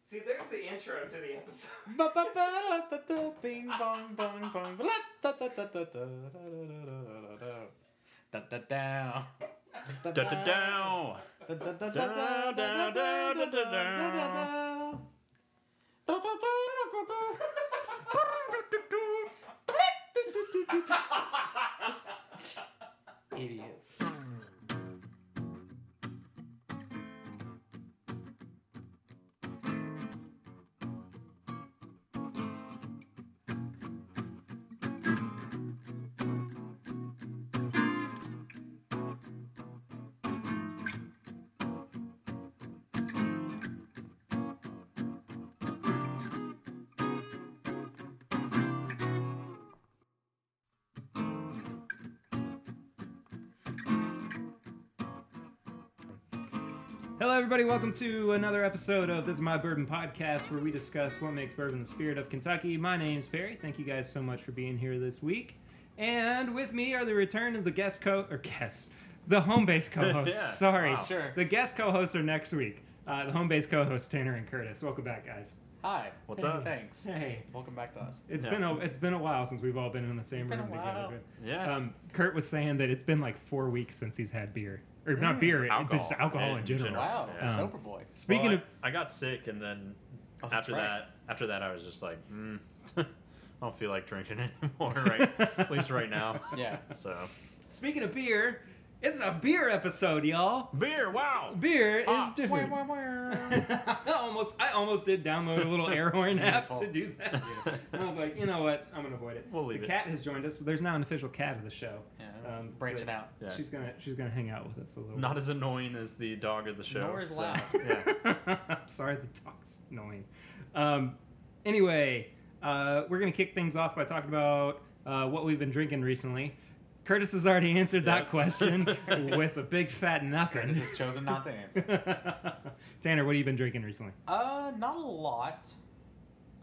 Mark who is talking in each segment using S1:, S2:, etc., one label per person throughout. S1: See, there's the intro to the episode.
S2: Da-da-dow.
S1: Idiots.
S2: Hello, everybody. Welcome to another episode of This Is My Bourbon podcast, where we discuss what makes bourbon the spirit of Kentucky. My name's Perry. Thank you guys so much for being here this week. And with me are the return of the guest co or guest, the home base co-hosts.
S3: Yeah,
S2: Sorry,
S3: wow.
S1: Sure.
S2: The guest co-hosts are next week. Uh, the home base co-hosts Tanner and Curtis. Welcome back, guys.
S1: Hi.
S3: What's up?
S1: Thanks.
S2: Hey,
S1: Welcome back to us.
S2: it's
S3: Yeah.
S2: been a it's been a while since we've all been in the same
S1: been
S2: room
S1: a while.
S2: together.
S3: Yeah.
S2: Um, Kurt was saying that it's been like four weeks since he's had beer, or not beer, it-
S3: alcohol.
S2: just alcohol in,
S3: In
S2: general.
S3: general.
S1: Wow.
S3: Yeah.
S1: Sober boy.
S2: Speaking
S3: Well,
S2: of
S3: I, I got sick, and then
S1: Oh, that's
S3: after
S1: right.
S3: that, after that, I was just like, mm, I don't feel like drinking anymore. Right, at least right now.
S1: Yeah.
S3: So
S2: Speaking of beer, it's a beer episode, y'all.
S3: beer. Wow.
S2: Beer
S3: Ops.
S2: is different. I almost, I almost did download a little air horn app
S1: Beautiful.
S2: to do that. And I was like, you know what? I'm gonna avoid it.
S3: We'll leave
S2: the
S3: it.
S2: cat has joined us. There's now an official cat of the show.
S1: Yeah,
S2: Um,
S1: branching
S2: but
S1: out.
S3: Yeah.
S2: She's gonna, she's gonna hang out with us a little.
S3: Not as annoying as the dog of the show.
S1: Nor as
S3: so,
S1: loud.
S3: Yeah.
S2: I'm sorry, the talk's annoying. Um, anyway, uh, we're gonna kick things off by talking about uh, what we've been drinking recently. Curtis has already answered that
S3: Yep.
S2: question with a big fat nothing.
S1: Curtis has chosen not to answer.
S2: Tanner, what have you been drinking recently?
S1: Uh, not a lot.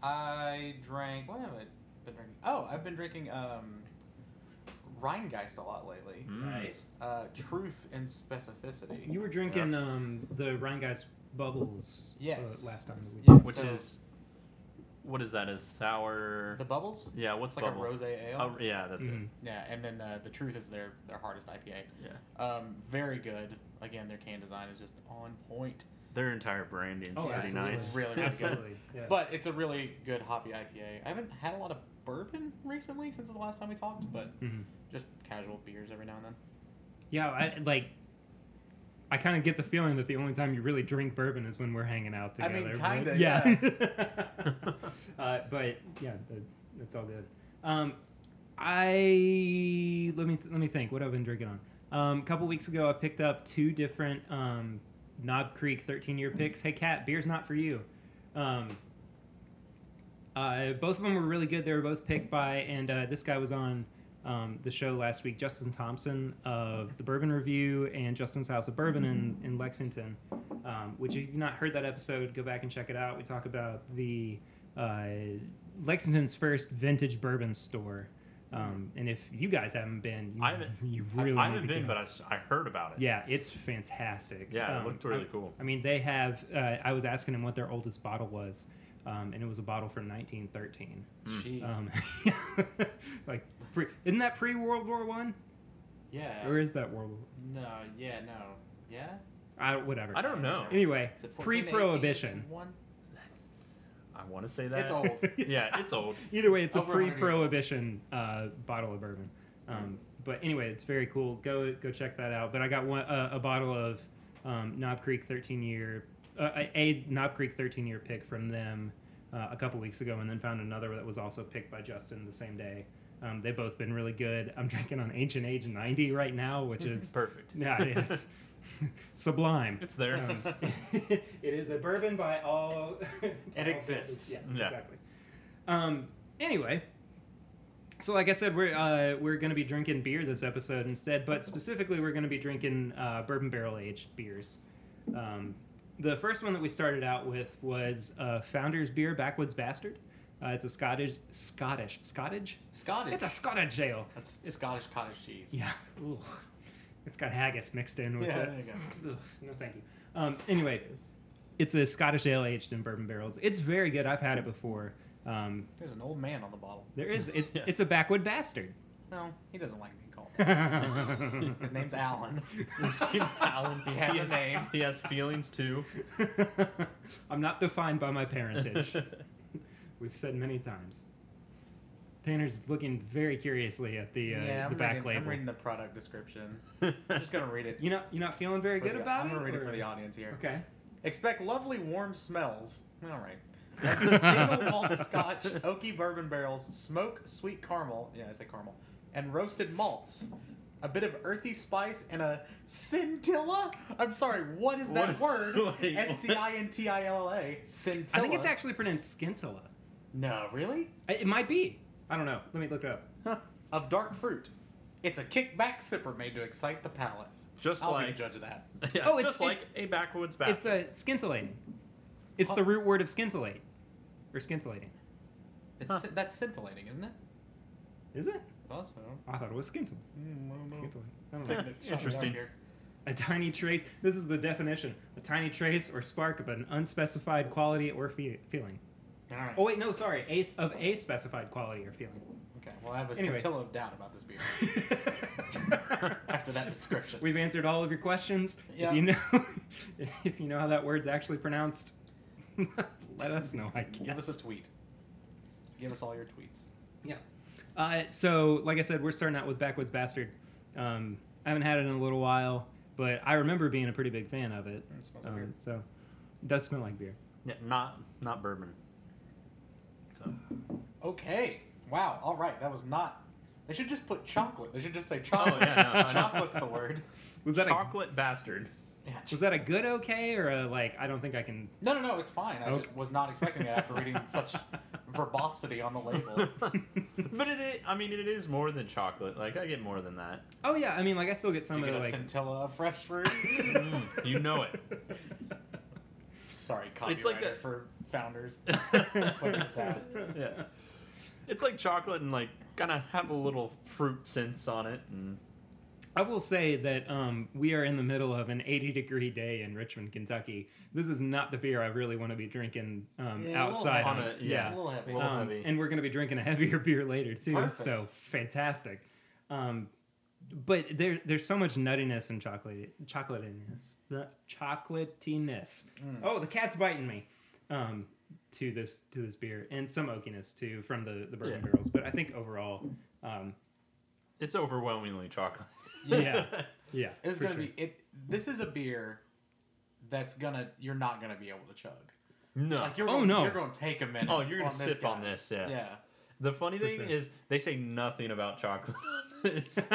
S1: I drank. What have I been drinking? Oh, I've been drinking um, Rheingeist a lot lately.
S3: Mm.
S2: Nice.
S1: Uh, truth and specificity.
S2: You were drinking um, the Rheingeist bubbles
S1: Yes.
S2: uh, last time. that we-
S1: Yeah.
S3: Which
S1: So-
S3: is, what is that? Is sour?
S1: the bubbles?
S3: yeah.
S1: It's
S3: What's
S1: like
S3: bubble?
S1: a rose ale.
S3: Oh, yeah. That's
S2: Mhm.
S1: Yeah, and then uh, the truth is their their hardest IPA.
S3: it. Yeah.
S1: Um, very good. Again, their can design is just on point.
S3: Their entire branding's
S2: Oh,
S3: pretty
S2: absolutely.
S3: nice.
S1: Really, really good.
S2: Absolutely. Yeah.
S1: But it's a really good hoppy IPA. I haven't had a lot of bourbon recently since the last time we talked, but
S2: Mhm.
S1: just casual beers every now and then.
S2: yeah, I, like, I kind of get the feeling that the only time you really drink bourbon is when we're hanging out
S1: I
S2: together.
S1: mean,
S2: but-
S1: kinda,
S2: uh, but yeah, the, that's all good. Um, I let me th- let me think. What I've been drinking on. Um, a couple weeks ago, I picked up two different um, Knob Creek 13 year picks. Hey, Cat, beer's not for you. Um, uh, both of them were really good. They were both picked by, and uh, this guy was on um, the show last week, Justin Thompson of the Bourbon Review and Justin's House of Bourbon in,
S3: Mm-hmm.
S2: in Lexington. Um, which, if you've not heard that episode, go back and check it out. We talk about the uh, Lexington's first vintage bourbon store. Um, and if you guys haven't been, you,
S3: Mm-hmm. I haven't-
S2: you
S3: I,
S2: really
S3: I
S2: need
S3: haven't
S2: to
S3: been,
S2: go.
S3: but I, s- I heard about it.
S2: Yeah, it's fantastic.
S3: Yeah, it
S2: Um,
S3: looked really
S2: I-
S3: cool.
S2: I mean, they have. Uh, I was asking him what their oldest bottle was, um, and it was a bottle from 1913.
S1: Jeez.
S2: Um, like, pre, isn't that pre World War One,
S1: yeah.
S2: or is that World? War
S1: No, yeah, no. Yeah?
S2: I, whatever.
S3: I don't know.
S2: Anyway,
S1: Is it 14, 18,
S2: pre-prohibition.
S1: One?
S3: I want to say that.
S1: It's old.
S3: Yeah, it's old.
S2: Either way, it's a
S1: Over 100 years. Hmm.
S2: pre-prohibition uh, bottle of bourbon. Um, but anyway, it's very cool. Go go check that out. But I got one uh, a bottle of um, Knob Creek 13 year uh, a- a Knob Creek 13 year pick from them uh, a couple weeks ago, and then found another that was also picked by Justin the same day. Um, they've both been really good. I'm drinking on Ancient Age 90 right now, which is
S3: Perfect.
S2: yeah, it's sublime.
S3: It's there.
S2: Um, it is a bourbon by all. by all
S1: exists.
S2: standards. Yeah,
S3: Yeah.
S2: exactly. Um, anyway, so like I said, we're uh, we're going to be drinking beer this episode instead, but specifically we're going to be drinking uh, bourbon barrel aged beers. Um, the first one that we started out with was uh, Founder's Beer Backwoods Bastard. Uh, it's a Scottish, Scottish, Scottish.
S1: Scottish.
S2: It's a Scottish ale.
S1: That's Scottish cottage cheese.
S2: Yeah. Ooh. It's got haggis mixed in with
S1: Yeah,
S2: it.
S1: there you go.
S2: Ugh, no, thank you. Um, anyway, it's a Scottish ale aged in bourbon barrels. It's very good. I've had it before. Um,
S1: There's an old man on the bottle.
S2: there is. It,
S4: Yes.
S2: It's a backwood bastard.
S1: No, he doesn't like being called. that.
S2: yeah,
S1: His name's Alan. He
S4: he,
S1: has a name.
S4: he has feelings too.
S2: I'm not defined by my parentage. We've said many times. Tanner's looking very curiously at the uh,
S1: yeah, I'm,
S2: the back
S1: reading, I'm
S2: label.
S1: reading the product description. I'm just gonna read it.
S2: You not you're not feeling very
S1: for
S2: good
S1: the-
S2: about
S1: I'm
S2: it.
S1: gonna read it
S2: or-
S1: for the audience here.
S2: Okay.
S1: Expect lovely warm smells. All right. Single malt scotch, oaky bourbon barrels, smoke, sweet caramel. Yeah, I say caramel. And roasted malts. A bit of earthy spice and a scintilla? I'm sorry, what is that
S4: What-
S1: word?
S4: wait, what?
S1: S C I N T I L L A. Scintilla.
S2: I think it's actually pronounced scintilla.
S1: No, really?
S2: I- It might be. I don't know. Let me look it up.
S1: Of dark fruit. It's a kickback sipper made to excite the palate.
S4: Just
S1: I'll be
S4: like
S1: the judge of that.
S4: Yeah,
S2: Oh, it's-
S4: just like
S2: it's-
S4: a backwoods bat.
S2: It's a scintillating. It's
S1: Oh.
S2: the root word of scintillate, or scintillating.
S1: It's,
S4: Huh.
S1: That's scintillating, isn't it?
S2: Is it?
S1: Thought
S4: uh,
S1: so.
S2: I thought it was scintill.
S1: Mm, I don't know.
S2: Scintillate. I don't know.
S1: Taking a shot in the dark
S4: Interesting.
S1: here.
S2: A tiny trace. This is the definition: a tiny trace or spark of an unspecified quality or fe- feeling.
S1: All right.
S2: Oh wait, no, sorry. A of a specified quality or feeling.
S1: Okay, well, I have a
S2: Anyway.
S1: scintilla of doubt about this beer after that description.
S2: We've answered all of your questions.
S1: Yeah.
S2: If you know, if you know how that word's actually pronounced, let us know. I guess.
S1: Give us a tweet. Give us all your tweets.
S2: Yeah. Uh, so, like I said, we're starting out with Backwoods Bastard. Um, I haven't had it in a little while, but I remember being a pretty big fan of it.
S1: It smells
S2: Um,
S1: weird.
S2: so, it does smell like beer.
S4: Yeah, not not bourbon. So
S1: Okay. Wow. All right. That was not. They should just put chocolate. They should just say chocolate.
S4: Oh, yeah, no, I know.
S1: Chocolate's the word.
S2: Was that a
S4: chocolate bastard?
S1: Yeah.
S2: was that a good okay or a like? I don't think I can.
S1: No, no, no. It's fine. I
S2: Okay.
S1: just was not expecting that after reading such verbosity on the label.
S4: But it, i- I mean, it is more than chocolate. Like I get more than that.
S2: Oh yeah, I mean, like I still get
S1: Do
S2: some
S1: you
S2: of
S1: get
S2: the
S1: a
S2: like.
S1: scintilla of fresh fruit?
S4: Mm, you know it.
S1: Sorry, copywriter
S4: It's like a-
S1: for founders. Putting it down.
S2: yeah.
S4: Yeah, it's like chocolate and like kind of have a little fruit sense on it. And
S2: I will say that um, we are in the middle of an 80 degree day in Richmond, Kentucky. This is not the beer I really want to be drinking um,
S1: Yeah, a little
S2: outside.
S4: on
S1: On
S2: of-
S4: a
S1: a- a
S4: yeah,
S1: little heavy.
S4: little
S2: Um,
S4: heavy.
S2: and we're going to be drinking a heavier beer later too.
S1: Perfect.
S2: So fantastic. Um, but there, there's so much nuttiness and chocolate, chocolatiness, the chocolatiness.
S1: Mm.
S2: Oh, the cat's biting me. Um, to this to this beer and some oakiness too from the the bourbon
S4: Yeah.
S2: barrels. But I think overall, um,
S4: it's overwhelmingly chocolate.
S2: yeah, yeah,
S1: It's
S2: for
S1: gonna
S2: sure.
S1: be it. This is a beer that's gonna you're not gonna be able to chug.
S4: No.
S1: Like you're
S2: Oh,
S1: gonna,
S2: no.
S1: you're gonna take a minute.
S4: oh, you're gonna
S1: on this
S4: sip on
S1: guy.
S4: this. Yeah.
S1: Yeah,
S4: The funny thing
S2: sure.
S4: is they say nothing about chocolate. on this.
S1: brain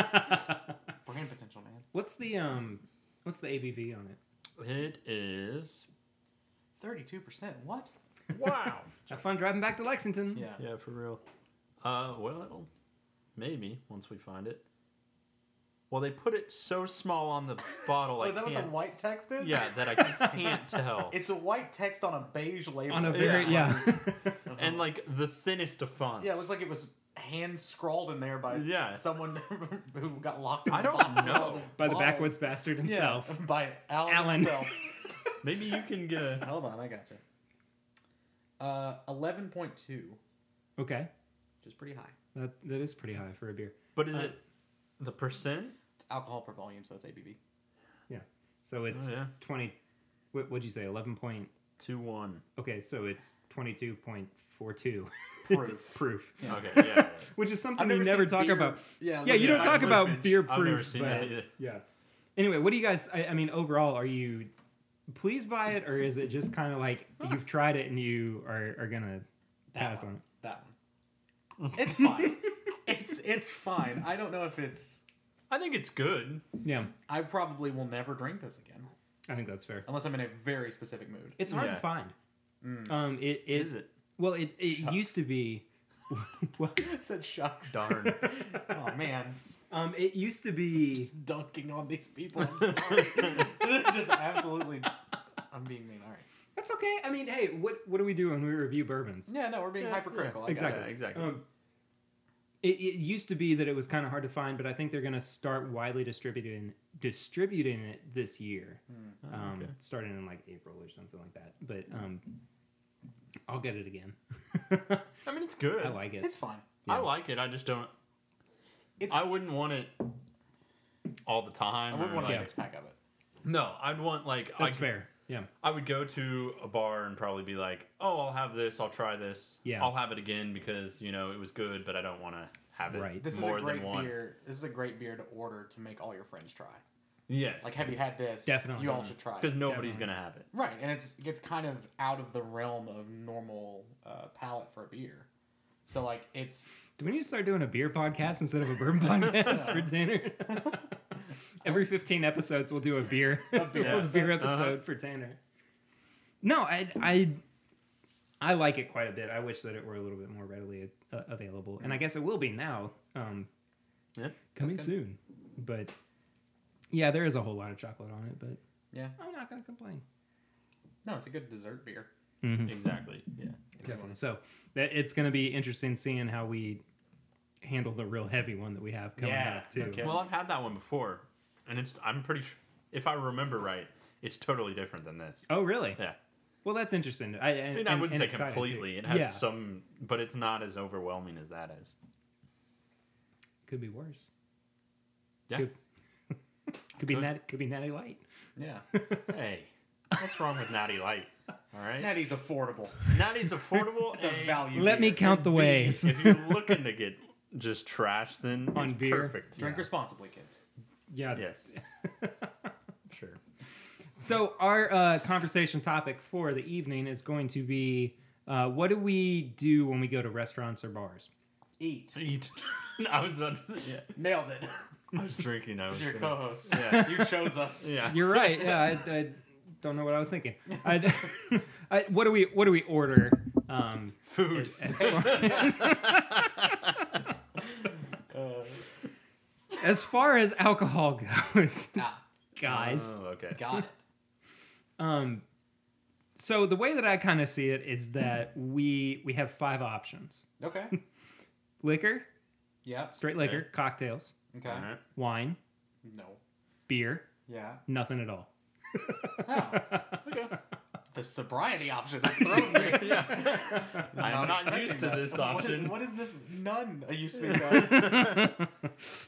S1: potential, man.
S2: What's the um, what's the ABV on it?
S4: it is
S1: Thirty-two percent. What?
S4: wow.
S2: Have fun driving back to Lexington.
S1: Yeah.
S4: Yeah, for real. Uh, well, maybe once we find it. Well, they put it so small on the bottle.
S1: Oh,
S4: I
S1: is that what
S4: can't,
S1: the white text is?
S4: Yeah, that I can't tell.
S1: It's a white text on a beige label. Uh-huh.
S2: On a very yeah.
S4: and like the thinnest of fonts.
S1: yeah, it looks like it was hand scrawled in there by
S4: Yeah.
S1: someone who got locked. In
S4: I
S1: the
S4: don't
S1: box with
S4: know.
S1: all
S2: By the
S1: bottles.
S2: backwoods bastard
S1: Yeah,
S2: himself.
S1: by Alan.
S2: Alan.
S1: himself.
S4: maybe you can get a.
S1: Hold on, I got you. Uh, eleven point two,
S2: Okay.
S1: which is pretty high.
S2: That that is pretty high for a beer.
S4: But is
S2: Uh,
S4: it the percent?
S1: It's alcohol per volume, so it's ABV. Oh,
S2: So it's
S4: yeah.
S2: twenty. What would you say? Eleven point.
S4: Two one.
S2: Okay, so it's twenty-two point four two
S1: Proof.
S2: proof,
S4: Okay. Yeah. yeah, yeah.
S2: which is something
S1: I've
S2: you
S1: never
S2: never
S1: seen
S2: talk
S1: beer-
S2: about.
S1: Yeah,
S2: Yeah, you
S1: look
S2: don't
S1: at
S2: talk
S1: that.
S2: about
S4: I've
S2: beer
S4: never
S2: proof,
S4: seen
S2: but-
S4: that either.
S2: Yeah. Anyway, what do you guys? I, I mean, overall, are you pleased by it, or is it just kind of like you've tried it and you are, are gonna pass on
S1: one.
S2: it?
S1: That one. It's fine. it's it's fine. I don't know if it's.
S4: I think it's good.
S2: Yeah,
S1: I probably will never drink this again
S2: I think that's fair.
S1: unless I'm in a very specific mood.
S2: It's hard
S4: Yeah.
S2: to find.
S1: Mm.
S2: Um, it, it
S4: Is it?
S2: Well, it, it used to be. well,
S1: It said shucks.
S4: Darn.
S1: Oh man,
S2: um, it used to be.
S1: just dunking on these people. I'm sorry. just absolutely. I'm being mean. All right.
S2: That's okay. I mean, hey, what what do we do when we review bourbons?
S1: Yeah, no, we're being
S4: Yeah,
S1: hypercritical.
S4: yeah,
S1: I got
S2: exactly.
S1: it.
S4: exactly.
S2: Um, it, it used to be that it was kind of hard to find, but I think they're going to start widely distributing distributing it this year,
S4: Oh,
S2: um,
S4: okay.
S2: starting in like April or something like that. But um, I'll get it again.
S4: I mean, it's good.
S2: I like it.
S1: It's fine.
S4: I like it. I just don't.
S1: It's
S4: I
S1: I,
S4: wouldn't want it all the time.
S1: wouldn't
S4: or,
S1: want a
S4: like-
S1: six pack of it.
S4: No, I'd want like I,
S2: That's fair. Yeah.
S4: I would go to a bar and probably be like, "Oh, I'll have this. I'll try this.
S2: Yeah.
S4: I'll have it again because you know it was good, but I don't want to have it
S2: Right.
S1: This
S4: more
S1: is a great
S4: than one."
S1: beer. This is a great beer to order to make all your friends try.
S4: Yes,
S1: Like, have you had this?
S2: Definitely.
S1: You all should try.
S4: because
S1: It.
S4: nobody's
S2: Definitely.
S4: gonna have it.
S1: Right, and it's it's kind of out of the realm of normal uh, palate for a beer. So like it's
S2: Do we need to start doing a beer podcast instead of a bourbon podcast for Tanner? Every 15 episodes, we'll do a beer, a
S1: beer episode.
S2: beer episode for Tanner. No, I, I, I like it quite a bit. I wish that it were a little bit more readily uh, available, and I guess it will be now, um,
S4: Yeah.
S2: coming
S1: good.
S2: soon. But yeah, there is a whole lot of chocolate on it, but
S1: yeah,
S2: I'm not gonna complain.
S1: no, it's a good dessert beer.
S4: Exactly. Yeah.
S2: Definitely. So that it's gonna be interesting seeing how we handle the real heavy one that we have coming up too.
S4: Well, I've had that one before, and it's I'm pretty sure if I remember right, it's totally different than this.
S2: Oh, really?
S4: Yeah.
S2: Well, that's interesting. I,
S4: I
S2: and,
S4: mean, I
S2: and-
S4: wouldn't
S2: and
S4: say
S2: exciting, too.
S4: completely. It has
S2: yeah,
S4: some, but it's not as overwhelming as that is.
S2: could be worse.
S4: Yeah.
S2: Could, could be
S4: Could.
S2: natty, could be natty light.
S1: Yeah,
S4: Hey, what's wrong with Natty Light? All right.
S1: Natty's affordable.
S4: Natty's affordable.
S1: It's a
S4: A.
S1: value.
S2: Let me
S1: beer.
S2: count the
S4: B,
S2: ways.
S4: if you're looking to get just trash, then
S2: On
S4: it's
S2: beer.
S4: perfect.
S1: Drink responsibly, kids.
S2: yeah.
S4: Yes. sure.
S2: So our uh, conversation topic for the evening is going to be uh, what do we do when we go to restaurants or bars?
S1: Eat.
S4: Eat. I was about to say. Yeah.
S1: Nailed it.
S4: I was drinking. I was
S1: Your
S4: gonna-
S1: co-host.
S4: Yeah.
S1: You chose us.
S4: Yeah.
S2: You're right. Yeah, I, I don't know what I was thinking. I, I, what do we what do we order? Um,
S4: Food.
S2: as, as far as,
S1: Uh,
S2: as far as alcohol goes,
S1: ah,
S2: guys.
S4: Oh, okay.
S1: got it.
S2: Um, so the way that I kind of see it is that we we have five options:
S1: Okay.
S2: liquor,
S1: Yep.
S2: straight liquor, cocktails,
S1: Okay.
S4: All right.
S2: wine,
S1: No.
S2: beer,
S1: Yeah.
S2: nothing at all.
S1: Oh. The sobriety option is thrown me.
S4: I'm not
S1: expecting
S4: used to
S1: that.
S4: this
S1: What is-
S4: option.
S1: What is, this none you speak of?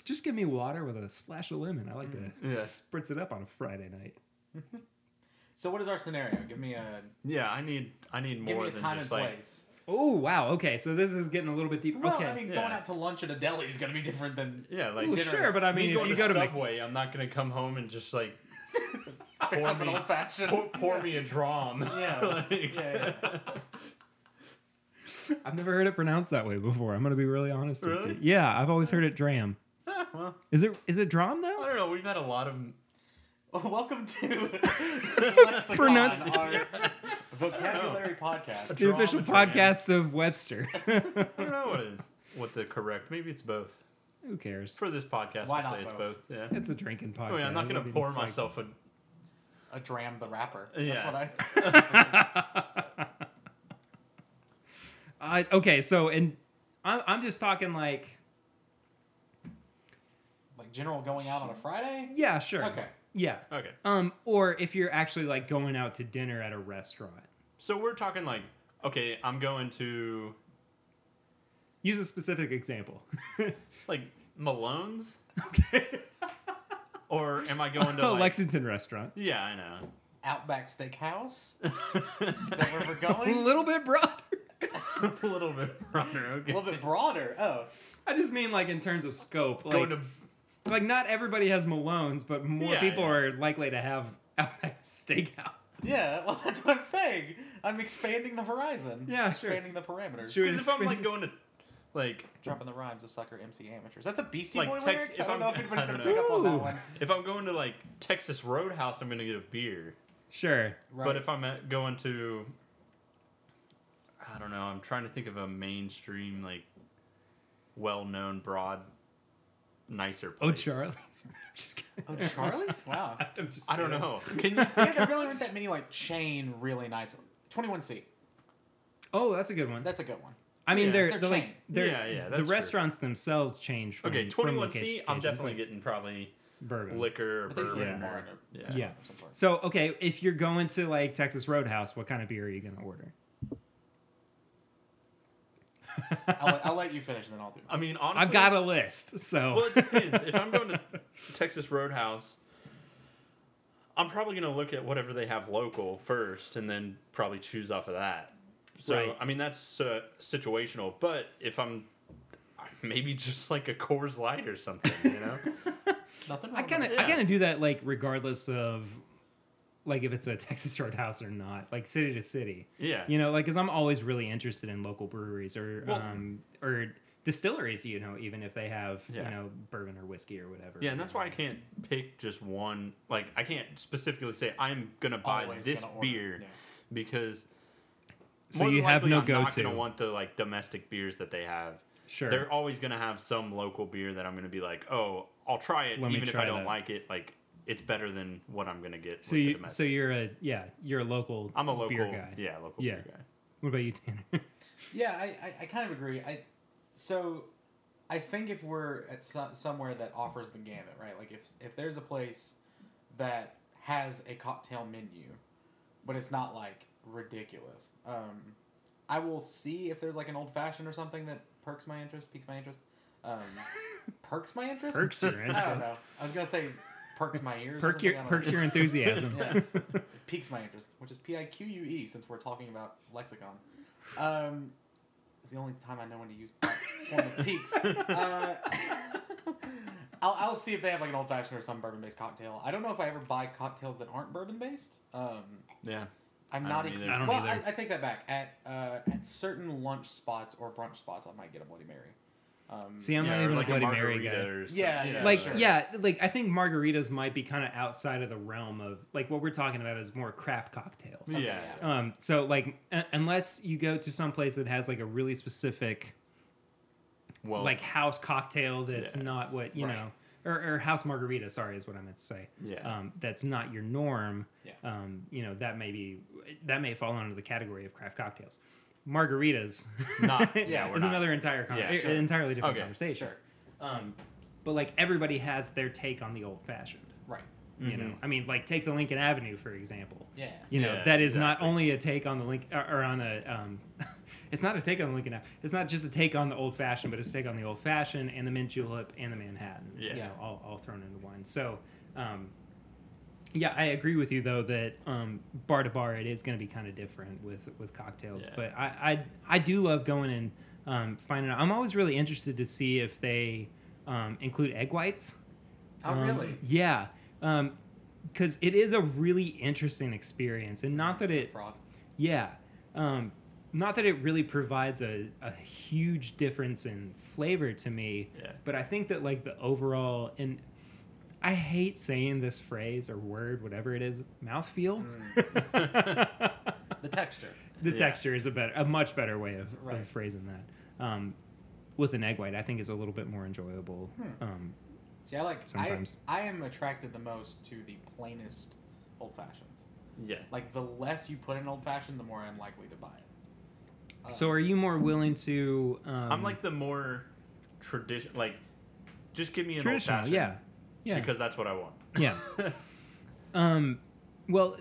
S2: Just give me water with a splash of lemon. I like to
S4: Mm, yeah.
S2: spritz it up on a Friday night.
S1: So what is our scenario? Give me a
S4: Yeah, I need I need
S1: give
S4: more
S1: me a
S4: than
S1: time and
S4: just like
S1: place.
S2: Oh wow. Okay, so this is getting a little bit deeper.
S1: Well,
S2: okay.
S1: I mean, going
S4: yeah.
S1: out to lunch at a deli is going to be different than
S4: yeah, like
S2: Well,
S4: dinner.
S2: sure, but I mean,
S4: Me
S2: if
S4: going
S2: you
S4: to
S2: go to Mc-
S4: Subway, I'm not gonna come home and just like
S1: fix
S4: Pour
S1: up an
S4: me-
S1: old fashioned.
S4: pour, pour me a drum.
S1: Yeah.
S4: Like-
S1: Yeah,
S2: I've never heard it pronounced that way before. I'm gonna be really honest
S4: Really?
S2: with you. Yeah, I've always heard it dram.
S4: Well,
S2: Is it is it dram
S4: I
S2: though?
S4: don't know. We've had a lot of
S1: Oh, Welcome to Lexicon,
S2: Pronounce-
S1: our vocabulary podcast.
S2: The official
S4: dram and dram.
S2: podcast of Webster.
S4: I don't know what, it, what the correct. Maybe it's both.
S2: Who cares?
S4: For this podcast,
S1: Why
S4: I'll
S1: not
S4: say it's both.
S1: both?
S4: Yeah.
S2: It's a drinking podcast.
S4: I mean, I'm not
S2: I
S4: gonna
S2: mean,
S4: pour
S2: it's like-
S4: myself a.
S1: A dram the rapper. That's
S4: Yeah.
S1: what I.
S2: I okay, so and I'm I'm just talking like
S1: Like general going out on a Friday.
S2: yeah, sure.
S1: Okay.
S2: Yeah.
S4: Okay.
S2: Um, or if you're actually like going out to dinner at a restaurant,
S4: So we're talking like, okay, I'm going to
S2: use a specific example.
S4: like Malone's,
S2: okay.
S4: or am I going to
S2: A
S4: like?
S2: Lexington restaurant.
S4: yeah, I know.
S1: Outback Steakhouse. Is that where we're going?
S2: A little bit broader.
S4: a little bit broader. Okay.
S1: A little bit broader. Oh,
S2: I just mean like in terms of scope. Like,
S4: going to
S2: like not everybody has Malones, but more
S4: Yeah,
S2: people
S4: yeah.
S2: are likely to have Outback Steakhouse.
S1: yeah. Well, that's what I'm saying. I'm expanding the horizon.
S2: Yeah, sure.
S1: expanding the parameters.
S2: Sure.
S4: because if I'm like
S2: Expand-
S4: going to like
S1: Dropping the rhymes of sucker MC amateurs. That's a Beastie
S4: Like
S1: Boy
S4: Tex-
S1: lyric.
S4: if
S1: I don't
S4: I'm-
S1: know if anybody's
S4: I
S1: gonna
S4: don't
S1: pick up on
S2: know.
S1: that one.
S4: if I'm going to like Texas Roadhouse, I'm going to get a beer.
S2: Sure.
S1: Right.
S4: But if I'm at, going to, I don't know, I'm trying to think of a mainstream, like, well known, broad, nicer
S2: Oh,
S4: place.
S2: Charlie's. I'm just kidding.
S1: oh, Charlie's. Wow.
S2: I'm just
S4: I don't
S2: kidding.
S4: know. Can you?
S1: Yeah, there really aren't that many like chain really nice. Twenty one C.
S2: Oh, that's a good one.
S1: That's a good one.
S2: I mean,
S4: Yeah.
S2: they're,
S1: They're
S2: they're, like
S1: chain.
S2: they're,
S4: Yeah, yeah,
S2: the
S4: that's true.
S2: restaurants themselves change. From,
S4: Okay,
S2: from
S4: 21C,
S2: location to
S4: I'm
S2: location,
S4: definitely getting probably
S2: bourbon.
S4: liquor or
S1: But they drink
S4: bourbon.
S2: Yeah.
S1: more
S4: or-
S1: in it.
S4: yeah.
S2: Yeah.
S1: Some sort.
S2: So okay, if you're going to like Texas Roadhouse, what kind of beer are you gonna order?
S1: I'll, I'll let you finish, and then I'll do.
S4: I mean, honestly,
S2: I've got a list, so
S4: Well, it depends. if I'm going to Texas Roadhouse, I'm probably going to look at whatever they have local first, and then probably choose off of that. So
S2: Right.
S4: I mean, that's uh, situational. But if I'm maybe just like a Coors Light or something, you know,
S1: Nothing.
S2: I kind of I
S4: Yeah.
S2: kind of do that like regardless of like if it's a Texas Roadhouse or not, like city to city.
S4: yeah,
S2: You know, like because I'm always really interested in local breweries or
S4: Well-
S2: um or distilleries. You know, even if they have
S4: Yeah.
S2: you know bourbon or whiskey or whatever.
S4: yeah, and that's why I can't pick just one. Like, I can't specifically say I'm going to buy this beer because.
S2: So
S4: more
S2: you
S4: than
S2: have
S4: likely,
S2: no
S4: I'm not
S2: go-to.
S4: gonna want the like domestic beers that they have.
S2: sure.
S4: they're always going to have some local beer that I'm going to be like, oh, I'll try it,
S2: Let me
S4: even if
S2: try
S4: I don't
S2: that.
S4: like it. Like, it's better than what I'm going to get.
S2: so
S4: with the
S2: you so
S4: domestic.
S2: you're a yeah you're a local.
S4: I'm a local
S2: beer guy.
S4: Yeah, local
S2: Yeah.
S4: beer guy.
S2: What about you, Tanner?
S1: Yeah, I, I, I kind of agree. I so I think if we're at so, somewhere that offers the gamut, right? Like if if there's a place that has a cocktail menu, but it's not like ridiculous. Um, I will see if there's like an old fashioned or something that perks my interest, piques my interest. Um, perks my interest.
S2: Perks your
S1: I don't
S2: interest.
S1: know. I was gonna say perks my ears. or
S2: Perk
S1: something,
S2: your
S1: I don't know.
S2: perks your enthusiasm.
S1: Yeah. piques my interest, which is P I Q U E, since we're talking about lexicon. Um, it's the only time I know when to use that form of peaks. Uh, I'll, I'll see if they have like an old fashioned or some bourbon based cocktail. I don't know if I ever buy cocktails that aren't bourbon based. Um,
S4: Yeah.
S1: I'm
S4: I
S1: not
S4: don't
S1: a
S4: either.
S1: huge-
S2: I don't
S1: well,
S2: either.
S1: I, I take that back. At uh, at certain lunch spots or brunch spots, I might get a Bloody Mary. Um,
S2: See, I'm
S4: yeah,
S2: not
S4: or
S2: even
S4: like
S2: a Bloody Mary
S4: margarita
S2: guy.
S4: or something,
S1: Yeah, yeah,
S2: like
S1: sure.
S2: yeah like i think margaritas might be kind of outside of the realm of like what we're talking about is more craft cocktails
S4: Yeah.
S2: um so like u- unless you go to some place that has like a really specific
S4: Well,
S2: like house cocktail that's
S4: Yeah.
S2: not what you
S1: Right.
S2: know or, or house margarita sorry is what i meant to say
S4: Yeah.
S2: um that's not your norm
S1: Yeah.
S2: um you know that may be that may fall under the category of craft cocktails margaritas
S4: Not- yeah, we're
S2: is
S4: not-
S2: another entire con-
S4: Yeah,
S2: e-
S4: sure.
S2: entirely different
S4: Okay,
S2: conversation
S1: sure.
S2: um but like everybody has their take on the old fashioned
S1: Right.
S4: Mm-hmm.
S2: you know i mean like take the lincoln avenue for example
S1: Yeah.
S2: you know
S4: Yeah,
S2: that is not
S4: exactly.
S2: only a take on the link or, or on the um it's not a take on the lincoln Ave- it's not just a take on the old fashioned but it's a take on the old fashioned and the mint julep and the manhattan you
S4: Yeah.
S2: know all, all thrown into one so um yeah i agree with you though that um bar to bar it is going to be kind of different with with cocktails
S4: Yeah.
S2: but I, I i do love going and um finding out i'm always really interested to see if they um include egg whites
S1: Oh,
S2: um,
S1: really?
S2: Yeah. Because it is a really interesting experience. And not that it,
S1: Froth.
S2: yeah. Um, not that it really provides a, a huge difference in flavor to me.
S4: Yeah.
S2: But I think that, like, the overall, and I hate saying this phrase or word, whatever it is, mouthfeel.
S1: Mm. The texture.
S2: the
S4: Yeah.
S2: texture is a better, a much better way of,
S1: Right.
S2: of phrasing that. Um, with an egg white, I think is a little bit more enjoyable.
S1: Hmm.
S2: Um,
S1: See, I like
S2: Sometimes.
S1: I, I am attracted the most to the plainest old fashions.
S4: yeah.
S1: Like the less you put in old fashioned, the more I'm likely to buy it. Uh,
S2: so, are you more willing to? Um,
S4: I'm like the more tradition. Like, just give me an old
S2: traditional,
S4: fashioned.
S2: yeah, yeah,
S4: Because that's what I want.
S2: yeah. um, well,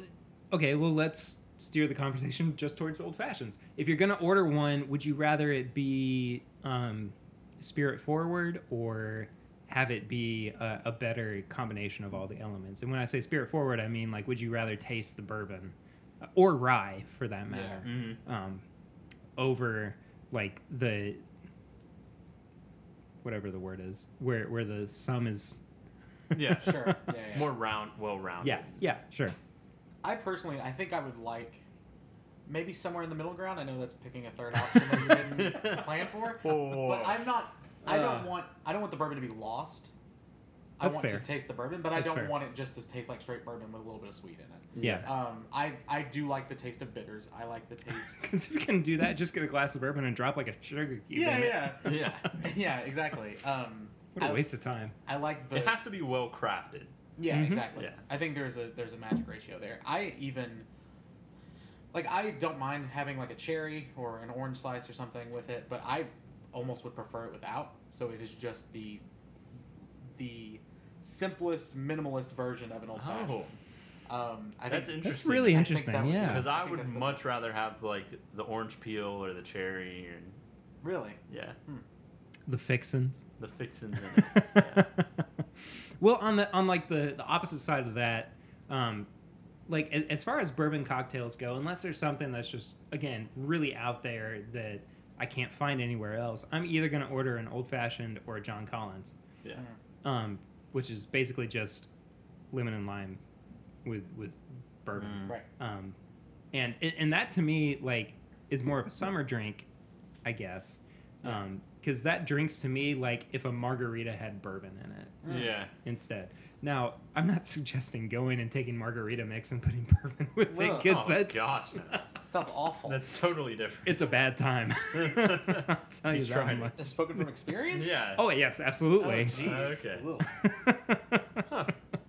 S2: okay. Well, let's steer the conversation just towards old fashions. If you're gonna order one, would you rather it be um, spirit forward or have it be a, a better combination of all the elements? And when I say spirit forward, I mean like, would you rather taste the bourbon uh, or rye, for that
S1: Yeah.
S2: matter,
S4: Mhm.
S2: um, over like the whatever the word is, where where the sum is
S4: Yeah.
S1: Sure. Yeah, yeah.
S4: More round, well rounded.
S2: Yeah, yeah, sure.
S1: I personally, I think I would like maybe somewhere in the middle ground. I know that's picking a third option that you didn't plan for,
S4: Whoa, whoa, whoa.
S1: but I'm not. I don't
S2: Uh.
S1: want. I don't want the bourbon to be lost.
S2: That's
S1: I want
S2: fair.
S1: to taste the bourbon, but I
S2: That's
S1: don't
S2: fair.
S1: want it just to taste like straight bourbon with a little bit of sweet in
S2: Yeah.
S1: it. Um, I I do like the taste of bitters. I like the taste.
S2: Because if you can do that, just get a glass of bourbon and drop like a sugar cube.
S1: yeah,
S2: in it.
S1: yeah,
S4: Yeah.
S1: yeah. Exactly. Um,
S2: What a
S1: I-
S2: waste of time.
S1: I like the
S4: It has to be well crafted.
S1: yeah
S2: Mhm.
S1: exactly.
S4: Mm-hmm. Yeah.
S1: I think there's a there's a magic ratio there. I even like I don't mind having like a cherry or an orange slice or something with it, but I almost would prefer it without. So it is just the the simplest, minimalist version of an old fashioned.
S4: Oh,
S1: Um, I
S4: that's
S1: think
S4: interesting.
S2: That's really
S1: I think
S2: interesting.
S1: that would be
S2: yeah.
S4: Because
S1: I
S4: I
S1: think
S4: would
S1: that's the
S4: much
S1: best.
S4: rather have like the orange peel or the cherry and
S1: really.
S4: yeah,
S2: the fixins.
S4: the fixins in it. Yeah.
S2: well, on the on like the the opposite side of that, um, like a- as far as bourbon cocktails go, unless there's something that's just again really out there that I can't find anywhere else, I'm either gonna order an old fashioned or a John Collins,
S4: yeah.
S2: um, which is basically just lemon and lime with with bourbon.
S1: Right.
S2: Um, and and- and that to me like is more of a summer drink, I guess, because that drinks to me like if a margarita had bourbon in it
S4: Yeah.
S2: instead. Now I'm not suggesting going and taking margarita mix and putting bourbon with it
S1: Well,
S2: because
S4: oh
S2: that's
S4: gosh, no.
S1: Sounds awful.
S4: that's totally different.
S2: it's a bad time. I'll tell you
S4: He's
S2: that
S4: tried
S2: much.
S1: That's spoken from experience.
S4: yeah.
S2: Oh yes,
S1: Oh,
S2: absolutely.
S1: jeez.
S4: Okay.
S1: Whoa,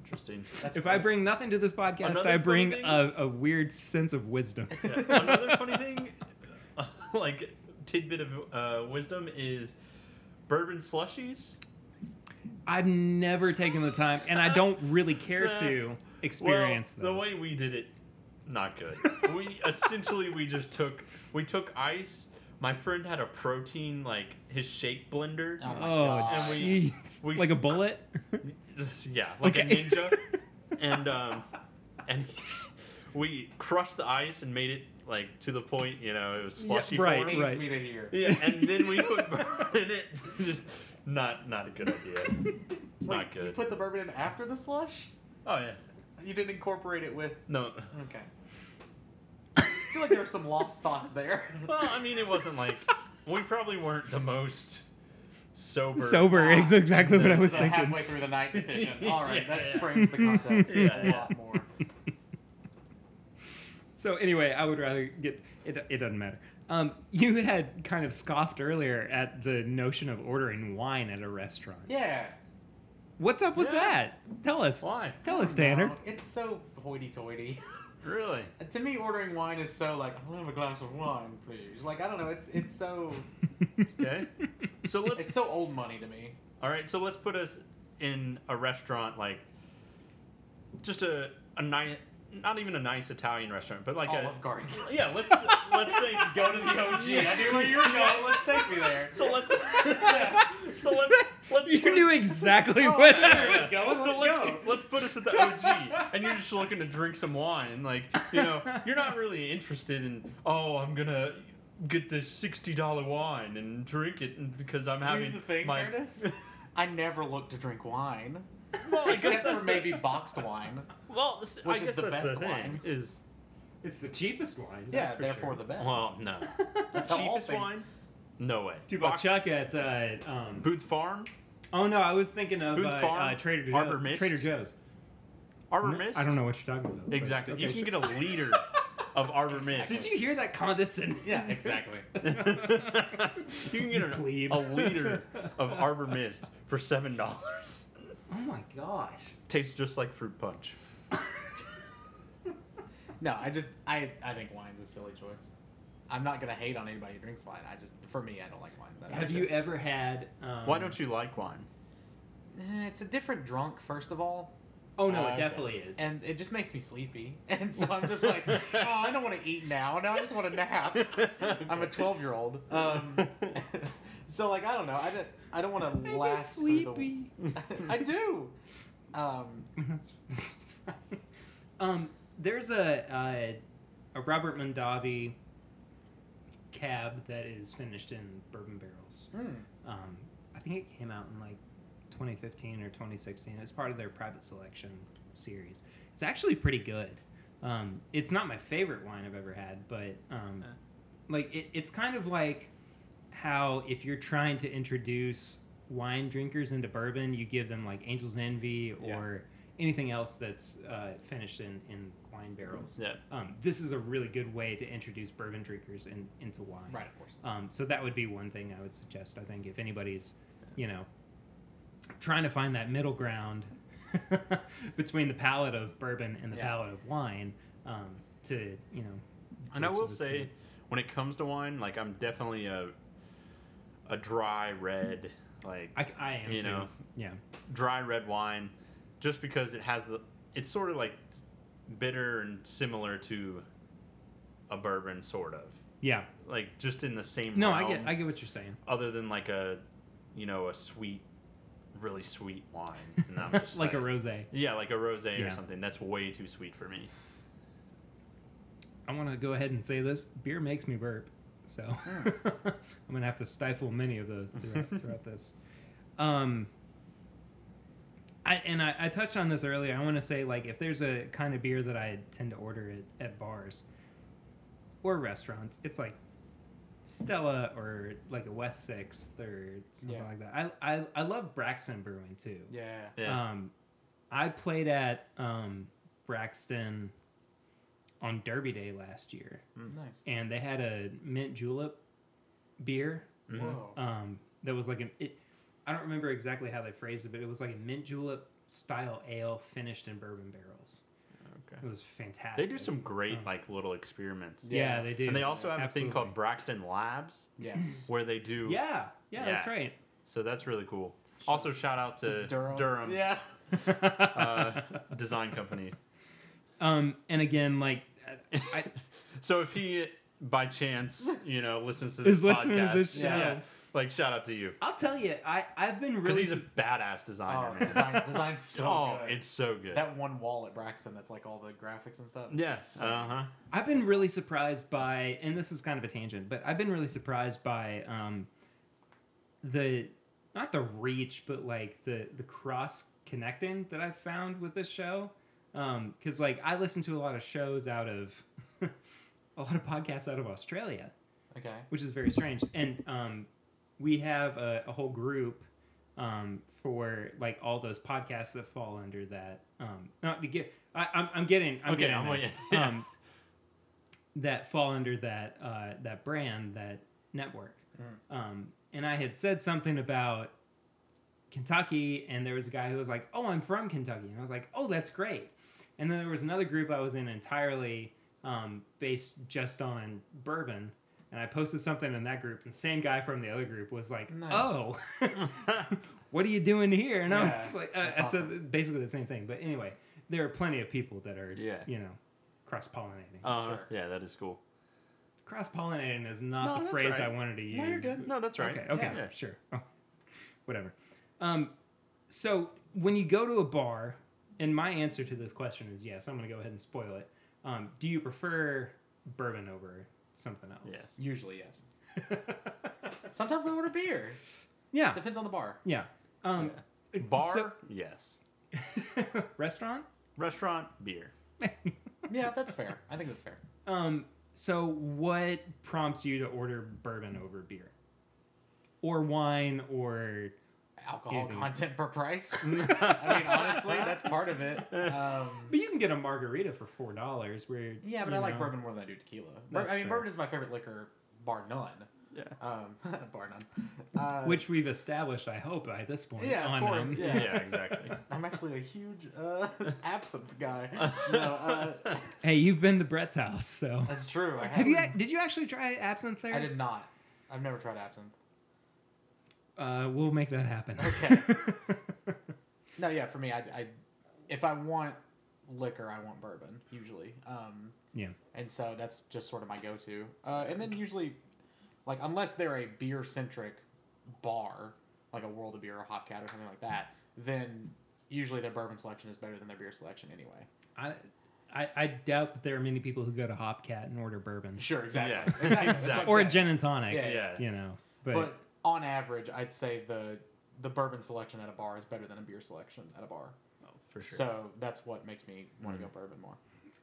S4: Interesting.
S1: that's
S2: if I
S1: gross.
S2: bring nothing to this podcast,
S4: Another
S2: I
S4: funny
S2: bring
S4: thing-
S2: a, a weird sense of wisdom.
S4: Yeah. Another funny thing, uh, like tidbit of uh, wisdom is bourbon slushies.
S2: I've never taken the time, and I don't really care to experience
S4: well,
S2: those.
S4: the way we did it. Not good. we essentially we just took we took ice. My friend had a protein like his shake blender.
S1: Oh my
S2: oh,
S1: God.
S4: And we-
S2: jeez.
S4: we-
S2: Like a bullet?
S4: yeah, like a
S2: Okay.
S4: ninja. and um, and we crushed the ice and made it like to the point. You know, it was
S2: Yeah,
S4: slushy
S2: right,
S4: form.
S1: Pains
S2: right.
S1: me to hear.
S4: Yeah, and then we put bourbon in it. Just not not a good idea. It's
S1: Wait,
S4: not good.
S1: you put the bourbon in after the slush?
S4: oh yeah.
S1: You didn't incorporate it with.
S4: No.
S1: Okay. I feel like there were some lost thoughts there.
S4: Well, I mean, it wasn't like we probably weren't the most sober.
S2: Sober is exactly what I
S1: This
S2: was
S1: is a
S2: thinking.
S1: halfway through the night decision. All right,
S4: Yeah,
S1: that
S4: yeah.
S1: frames the context
S4: Yeah,
S1: a
S4: yeah.
S1: lot more.
S2: So anyway, I would rather get it. It doesn't matter. Um, you had kind of scoffed earlier at the notion of ordering wine at a restaurant.
S1: Yeah.
S2: What's up with
S4: Yeah.
S2: that? Tell us.
S4: Why?
S2: Tell us, Tanner.
S1: No, it's so hoity-toity.
S4: Really?
S1: to me, ordering wine is so like, I'll have a glass of wine, please. Like I don't know, it's it's so
S4: Okay. So
S1: it's
S4: let's.
S1: so old money to me.
S4: All right. So let's put us in a restaurant like just a a nice, not even a nice Italian restaurant, but like
S1: Olive Garden.
S4: a. Yeah. Let's let's say
S1: Go to the OG. I knew where you were going. Let's take me there.
S4: So let's. So let's. let's
S2: You
S4: put-
S2: knew exactly
S1: Oh,
S2: what.
S1: yeah.
S2: I
S1: Let's
S2: was-
S1: go, let's
S4: so let's,
S1: go.
S4: let's put us at the OG, and you're just looking to drink some wine, and like you know, you're not really interested in. Oh, I'm gonna get this sixty dollar wine and drink it and- because I'm having
S1: Here's the thing,
S4: my.
S1: Curtis. I never look to drink wine,
S4: Well, I guess
S1: except
S4: that's
S1: for maybe
S4: the,
S1: boxed wine.
S4: well, s- I
S1: which is
S4: guess
S1: the
S4: that's
S1: best
S4: thing,
S1: wine.
S4: is
S2: It's the cheapest wine.
S1: Yeah, therefore the best.
S4: well, no,
S1: That's how all
S4: cheapest
S1: things-
S4: wine. No way. Box-
S2: Chuck at uh, um,
S4: Boone's Farm,
S2: oh no, I was thinking of uh,
S4: Boone's Farm,
S2: uh, Trader
S4: Harbor
S2: Joe's.
S4: Mist.
S2: Trader Joe's.
S4: Arbor Mist.
S2: I don't know what you're talking about. but-
S4: exactly. you
S2: okay,
S4: can
S2: sure.
S4: get a liter of Arbor Mist.
S2: Did you hear that condescending?
S1: Yeah, exactly.
S4: you can get a,
S2: Plebe.
S4: a liter of Arbor Mist for seven dollars.
S2: oh my gosh.
S4: Tastes just like fruit punch.
S1: No, I just I I think wine's a silly choice. I'm not gonna hate on anybody who drinks wine. I just for me, I don't like wine. That
S2: Have
S1: much.
S2: you ever had? Um,
S4: Why don't you like wine?
S1: Eh, It's a different drunk, first of all,
S2: Oh no,
S4: Uh,
S2: it
S4: okay.
S2: definitely is.
S1: and it just makes me sleepy. And so I'm just like, oh, I don't want to eat now. Now I just want to nap. I'm a 12 year old. Um, so like I don't know. I don't I don't want to last through the. I do. Um,
S2: That's- that's fine. um, there's a uh, a Robert Mondavi cab that is finished in bourbon barrels.
S1: hmm.
S2: Um, I think it came out in like 2015 or 2016. It's part of their private selection series. It's actually pretty good. Um, it's not my favorite wine I've ever had, but um,
S4: Yeah.
S2: like it, it's kind of like how if you're trying to introduce wine drinkers into bourbon, you give them like Angel's Envy
S4: Yeah.
S2: or anything else that's uh, finished in, in wine barrels.
S4: Yeah.
S2: Um, this is a really good way to introduce bourbon drinkers in, into wine.
S1: Right, of course.
S2: Um, so that would be one thing I would suggest. I think if anybody's, you know, trying to find that middle ground between the palate of bourbon and the
S1: Yeah.
S2: palate of wine, um, to you know.
S4: And I
S2: groups
S4: will
S2: of us
S4: say, when it comes to wine, like I'm definitely a a dry red, like
S2: to- I, I am
S4: you
S2: too.
S4: know.
S2: Yeah.
S4: dry red wine.
S3: just because it has the it's sort of like bitter and similar to a bourbon sort of
S2: Yeah.
S3: like just in the same
S2: No, I
S3: realm,
S2: get I get what you're saying.
S3: other than like a you know a sweet really sweet wine and I'm just
S2: like a rosé.
S3: yeah like a rosé or
S2: Yeah.
S3: something that's way too sweet for me
S2: I want to go ahead and say this: beer makes me burp, so I'm gonna have to stifle many of those throughout, throughout this. Um, I and I, I touched on this earlier. I want to say like if there's a kind of beer that I tend to order at, at bars or restaurants, it's like Stella or like a West Sixth or something
S1: Yeah.
S2: like that. I, I I love Braxton Brewing too.
S1: Yeah.
S3: yeah
S2: Um, I played at um, Braxton on Derby Day last year,
S1: Hmm, Nice.
S2: and they had a mint julep beer
S4: Mm-hmm.
S3: Mm-hmm.
S1: Whoa.
S2: um, that was like an. It, I don't remember exactly how they phrased it, but it was like a mint julep style ale finished in bourbon barrels.
S3: okay
S2: It was fantastic.
S3: they do some great
S2: Um,
S3: like little experiments
S2: Yeah,
S1: Yeah.
S2: they do.
S3: and they also have a thing
S2: Absolutely.
S3: called Braxton Labs
S1: yes.
S3: where they do
S2: Yeah, yeah, that's
S3: Yeah.
S2: right.
S3: so that's really cool also shout out to,
S1: Durham.
S3: Durham
S1: Yeah.
S3: Um, uh, design company
S2: Um, and again, like, I, I,
S3: So if he by chance, you know, listens to this
S2: Is listening to
S3: podcast,
S2: this
S1: show.
S3: like shout out to you
S2: I'll tell you, I I've been
S3: because
S2: really
S3: he's a badass designer.
S1: Oh,
S3: man.
S1: design, design's so
S3: oh,
S1: good.
S3: it's so good.
S1: that one wall at Braxton that's like all the graphics and stuff.
S3: yes. Uh huh.
S2: I've been really surprised by, and this is kind of a tangent, but I've been really surprised by um, the not the reach, but like the the cross connecting that I've found with this show. Because like I listen to a lot of shows out of a lot of podcasts out of Australia,
S1: Okay.
S2: which is very strange. And um, we have a, a whole group um, for like all those podcasts that fall under that. Um, not to get, I, I'm, I'm getting, I'm
S3: Okay,
S2: getting,
S3: I'm
S2: there.
S3: with you. Yeah.
S2: um, that fall under that uh, that brand, that network.
S1: Mm-hmm.
S2: Um, and I had said something about Kentucky, and there was a guy who was like, "Oh, I'm from Kentucky," and I was like, "Oh, that's great." And then there was another group I was in entirely um, based just on bourbon, and I posted something in that group, and same guy from the other group was like,
S1: Nice.
S2: "Oh, what are you doing here?" And I
S1: Yeah,
S2: was like, uh,
S1: that's
S2: so
S1: awesome.
S2: basically the same thing. But anyway, there are plenty of people that are,
S3: Yeah.
S2: you know, cross pollinating.
S3: Uh,
S1: Sure.
S3: Yeah, that is cool.
S2: cross pollinating is not
S3: No,
S2: the
S3: that's
S2: phrase
S3: right.
S2: I wanted to use.
S3: No, that's right.
S2: Okay, okay,
S3: Yeah. yeah.
S2: sure. Oh, whatever. Um, so when you go to a bar, and my answer to this question is yes, I'm going to go ahead and spoil it. Um, do you prefer bourbon over something else?
S3: Yes.
S1: Usually, yes. Sometimes I order beer.
S2: Yeah.
S1: Depends on the bar.
S2: Yeah. Um,
S3: Bar,
S2: so-
S3: yes.
S2: restaurant?
S3: Restaurant, beer.
S1: Yeah, that's fair. I think that's fair.
S2: Um, so what prompts you to order bourbon over beer? Or wine or
S1: Alcohol
S2: Anything.
S1: content per price. I mean, honestly, that's part of it. Um,
S2: but you can get a margarita for four dollars where
S1: yeah, but
S2: you
S1: I like
S2: know-
S1: bourbon more than I do tequila. Bur-
S2: That's
S1: I mean,
S2: fair.
S1: bourbon is my favorite liquor, bar none.
S3: Yeah.
S1: Um, bar none. Uh,
S2: which we've established, I hope, by this point.
S1: Yeah, of
S2: on
S1: course,
S2: um,
S1: Yeah.
S3: Yeah, exactly.
S1: I'm actually a huge uh, absinthe guy. No, uh,
S2: Hey, you've been to Brett's house, so
S1: that's true. I
S2: have you?
S1: haven't-
S2: ac- Did you actually try absinthe there?
S1: I did not. I've never tried absinthe.
S2: Uh, we'll make that happen.
S1: Okay. No, yeah, for me, I, I if I want liquor, I want bourbon usually, um,
S2: yeah.
S1: and so that's just sort of my go-to. Uh, and then usually, like unless they're a beer-centric bar, like a World of Beer or Hopcat or something like that, then usually their bourbon selection is better than their beer selection anyway.
S2: I, I, I doubt that there are many people who go to Hopcat and order bourbon
S1: Sure, exactly,
S3: Yeah,
S1: Exactly, that's what
S3: exactly.
S1: I'm
S2: or a
S1: saying.
S2: gin and tonic.
S1: Yeah,
S3: yeah.
S2: You know, but,
S1: But, on average, I'd say the the bourbon selection at a bar is better than a beer selection at a bar.
S3: Oh, for sure. Hmm.
S1: So that's what makes me want to go bourbon more.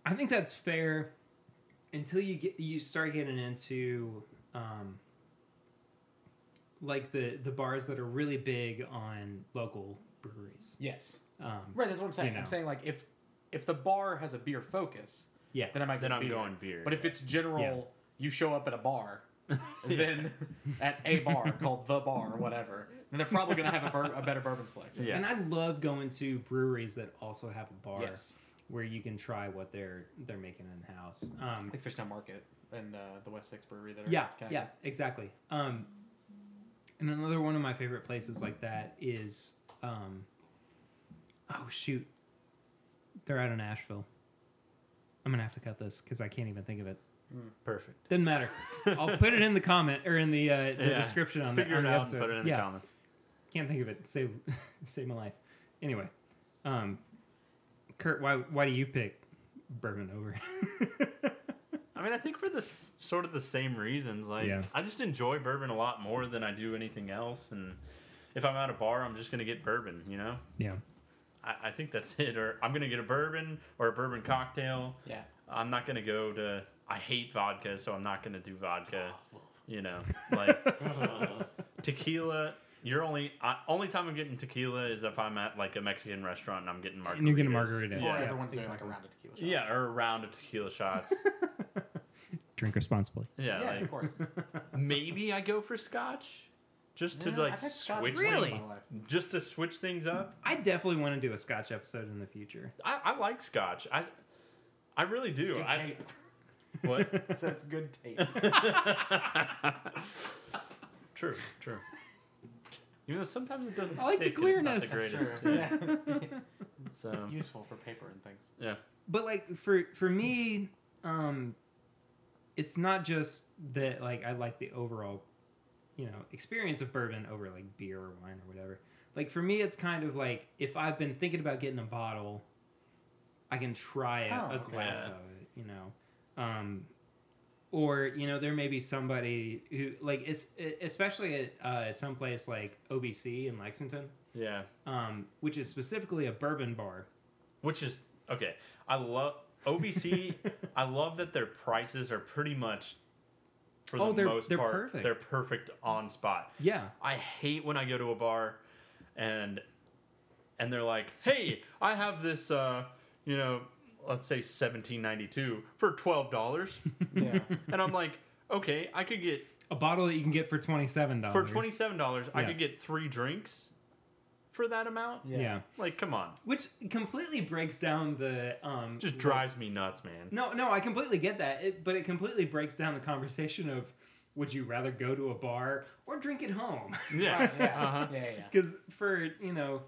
S2: I think that's fair. Until you get you start getting into, um, like the the bars that are really big on local breweries.
S1: Yes.
S2: Um,
S1: Right, that's what I'm saying.
S2: You know.
S1: I'm saying like if if the bar has a beer focus,
S2: yeah.
S1: then I might
S3: then
S1: go
S3: I'm
S1: beer.
S3: going beer.
S1: But if it's general,
S2: Yeah.
S1: you show up at a bar, then at a bar called the bar or whatever, then they're probably gonna have a, bur- a better bourbon selection.
S3: yeah.
S2: And I love going to breweries that also have a bar
S1: Yes,
S2: where you can try what they're they're making in house. Um,
S1: like Fishtown Market and uh, the West Six Brewery. That are
S2: yeah,
S1: connected.
S2: yeah, exactly. Um, and another one of my favorite places like that is um, Oh shoot, they're out in Asheville. I'm gonna have to cut this because I can't even think of it.
S4: Perfect.
S2: Doesn't matter. I'll put it in the comment or in the uh, the
S4: Yeah.
S2: description on
S4: Figure
S2: the, on
S4: it
S2: the
S4: out
S2: episode.
S4: and put it in
S2: yeah,
S4: the comments.
S2: can't think of it. Save save my life. Anyway, um, Kurt, why why do you pick bourbon over?
S4: I mean, I think for this sort of the same reasons. Like,
S2: Yeah.
S4: I just enjoy bourbon a lot more than I do anything else. And if I'm at a bar, I'm just gonna get bourbon. You know,
S2: yeah,
S4: I, I think that's it. Or I'm gonna get a bourbon or a bourbon cocktail.
S1: Yeah.
S4: I'm not gonna go to. I hate vodka, so I'm not gonna do vodka. You know, like tequila. You're only I, only time I'm getting tequila is if I'm at like a Mexican restaurant and I'm getting margaritas.
S2: and you're gonna margarita.
S1: Or
S4: Yeah.
S1: everyone's doing like
S2: exactly.
S1: a round of tequila shots.
S4: Yeah, or a round of tequila shots.
S2: Drink responsibly.
S4: Yeah,
S1: Yeah,
S4: like
S1: of course.
S4: maybe I go for scotch, just to
S1: Yeah,
S4: like
S1: I've had scotch
S4: switch
S1: once in
S2: Really?
S4: things,
S1: my life.
S4: just to switch things up.
S2: I definitely want to do a Scotch episode in the future.
S4: I, I like scotch. I I really do.
S1: Good
S4: I
S1: tape.
S4: what?
S1: I said it's good tape.
S4: True, true. You know, sometimes it doesn't.
S2: I like the
S4: stick and it's
S2: clearness.
S4: not the
S1: That's
S4: greatest.
S1: true. Yeah.
S4: So
S1: Useful for paper and things.
S4: yeah,
S2: but like for for me um it's not just that like i like the overall you know experience of bourbon over like beer or wine or whatever like for me it's kind of like if i've been thinking about getting a bottle i can try it,
S1: Oh,
S2: a
S1: okay.
S2: glass
S4: Yeah.
S2: of it you know um or you know there may be somebody who like it's especially at uh, someplace like obc in lexington
S4: yeah.
S2: um, which is specifically a bourbon bar
S4: Which is okay. I love OBC. I love that their prices are pretty much. For the
S2: Oh, they're-
S4: most
S2: they're
S4: part,
S2: perfect.
S4: they're perfect on spot.
S2: yeah
S4: I hate when I go to a bar and and they're like, "Hey, I have this uh, you know, let's say 17.92 for $12."
S1: Yeah.
S4: and I'm like, "Okay, I could get
S2: a bottle that you can get for twenty seven dollars
S4: for $27, I
S2: Yeah.
S4: could get 3 drinks for that amount."
S2: Yeah.
S4: Like, come on.
S2: which completely breaks down the um.
S4: Just drives me nuts, man.
S2: No, no, I completely get that, it, but it completely breaks down the conversation of would you rather go to a bar or drink at home?
S4: Yeah.
S1: Right, yeah.
S4: Uh-huh.
S1: yeah. Yeah. yeah.
S2: Because for you know,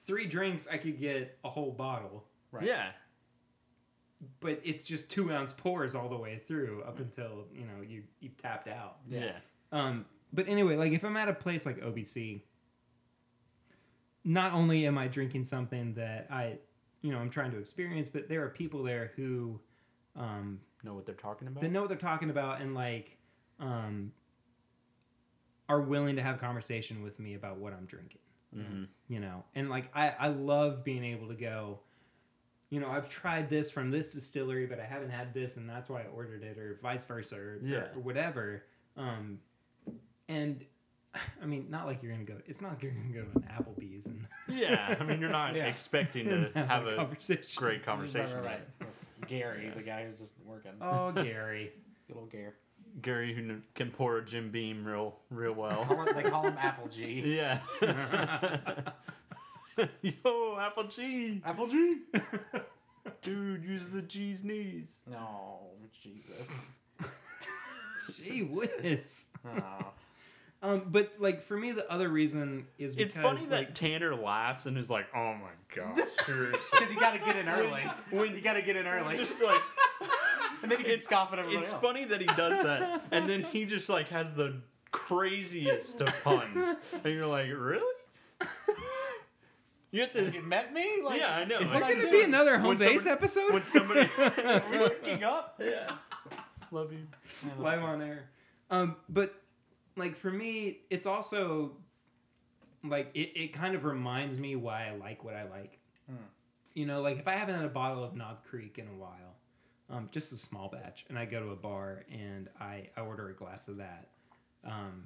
S2: three drinks I could get a whole bottle,
S1: Right.
S4: Yeah.
S2: but it's just two ounce pours all the way through up until you know you you tapped out.
S4: Yeah.
S1: Yeah.
S2: Um, but anyway, like if I'm at a place like OBC, not only am I drinking something that I, you know, I'm trying to experience, but there are people there who, um,
S4: Know what they're talking about?
S2: they know what they're talking about and like, um, are willing to have conversation with me about what I'm drinking.
S4: Mhm.
S2: You know, and like I, I love being able to go. You know, I've tried this from this distillery, but I haven't had this, and that's why I ordered it, or vice versa, or,
S4: Yeah.
S2: or whatever. Um, and I mean, not like you're gonna go. It's not like you're gonna go to an Applebee's and
S4: Yeah. I mean, you're not
S1: Yeah.
S4: expecting to
S2: and
S4: have a
S2: conversation.
S4: great conversation.
S1: Right, right, right. With Gary, the guy who's just working.
S2: Oh, Gary.
S1: Good old Gary.
S4: Gary who kn- can pour a Jim Beam real real well.
S1: Call it- they call him Apple G.
S4: yeah. Yo, Apple G.
S1: Apple G.
S4: Dude, use the G's knees.
S1: No, Jesus.
S2: Gee whiz.
S1: Oh.
S2: Um, but like for me, the other reason is
S4: It's
S2: because
S4: funny
S2: like,
S4: that Tanner laughs and is like, "Oh my god, seriously."
S1: Because you got to get in early. When you got to get in early,
S4: Just like
S1: and then you can
S4: it's-
S1: scoff at everybody
S4: it's
S1: else.
S4: funny that he does that, and then he just like has the craziest of puns, and you're like, "Really?" You have to.
S1: You met me? Like,
S4: Yeah, I know.
S1: Is it
S2: Is
S4: It's
S2: there
S4: like-
S1: like
S2: gonna be
S1: this?
S2: another home
S4: When
S2: base
S4: somebody-
S2: episode?
S4: When somebody,
S1: Are we working up?
S4: yeah, love you.
S2: live on air. Um, but like for me, it's also like it, it kind of reminds me why I like what I like. You know, like if I haven't had a bottle of Knob Creek in a while, um, just a small batch, and I go to a bar and I, I order a glass of that, um,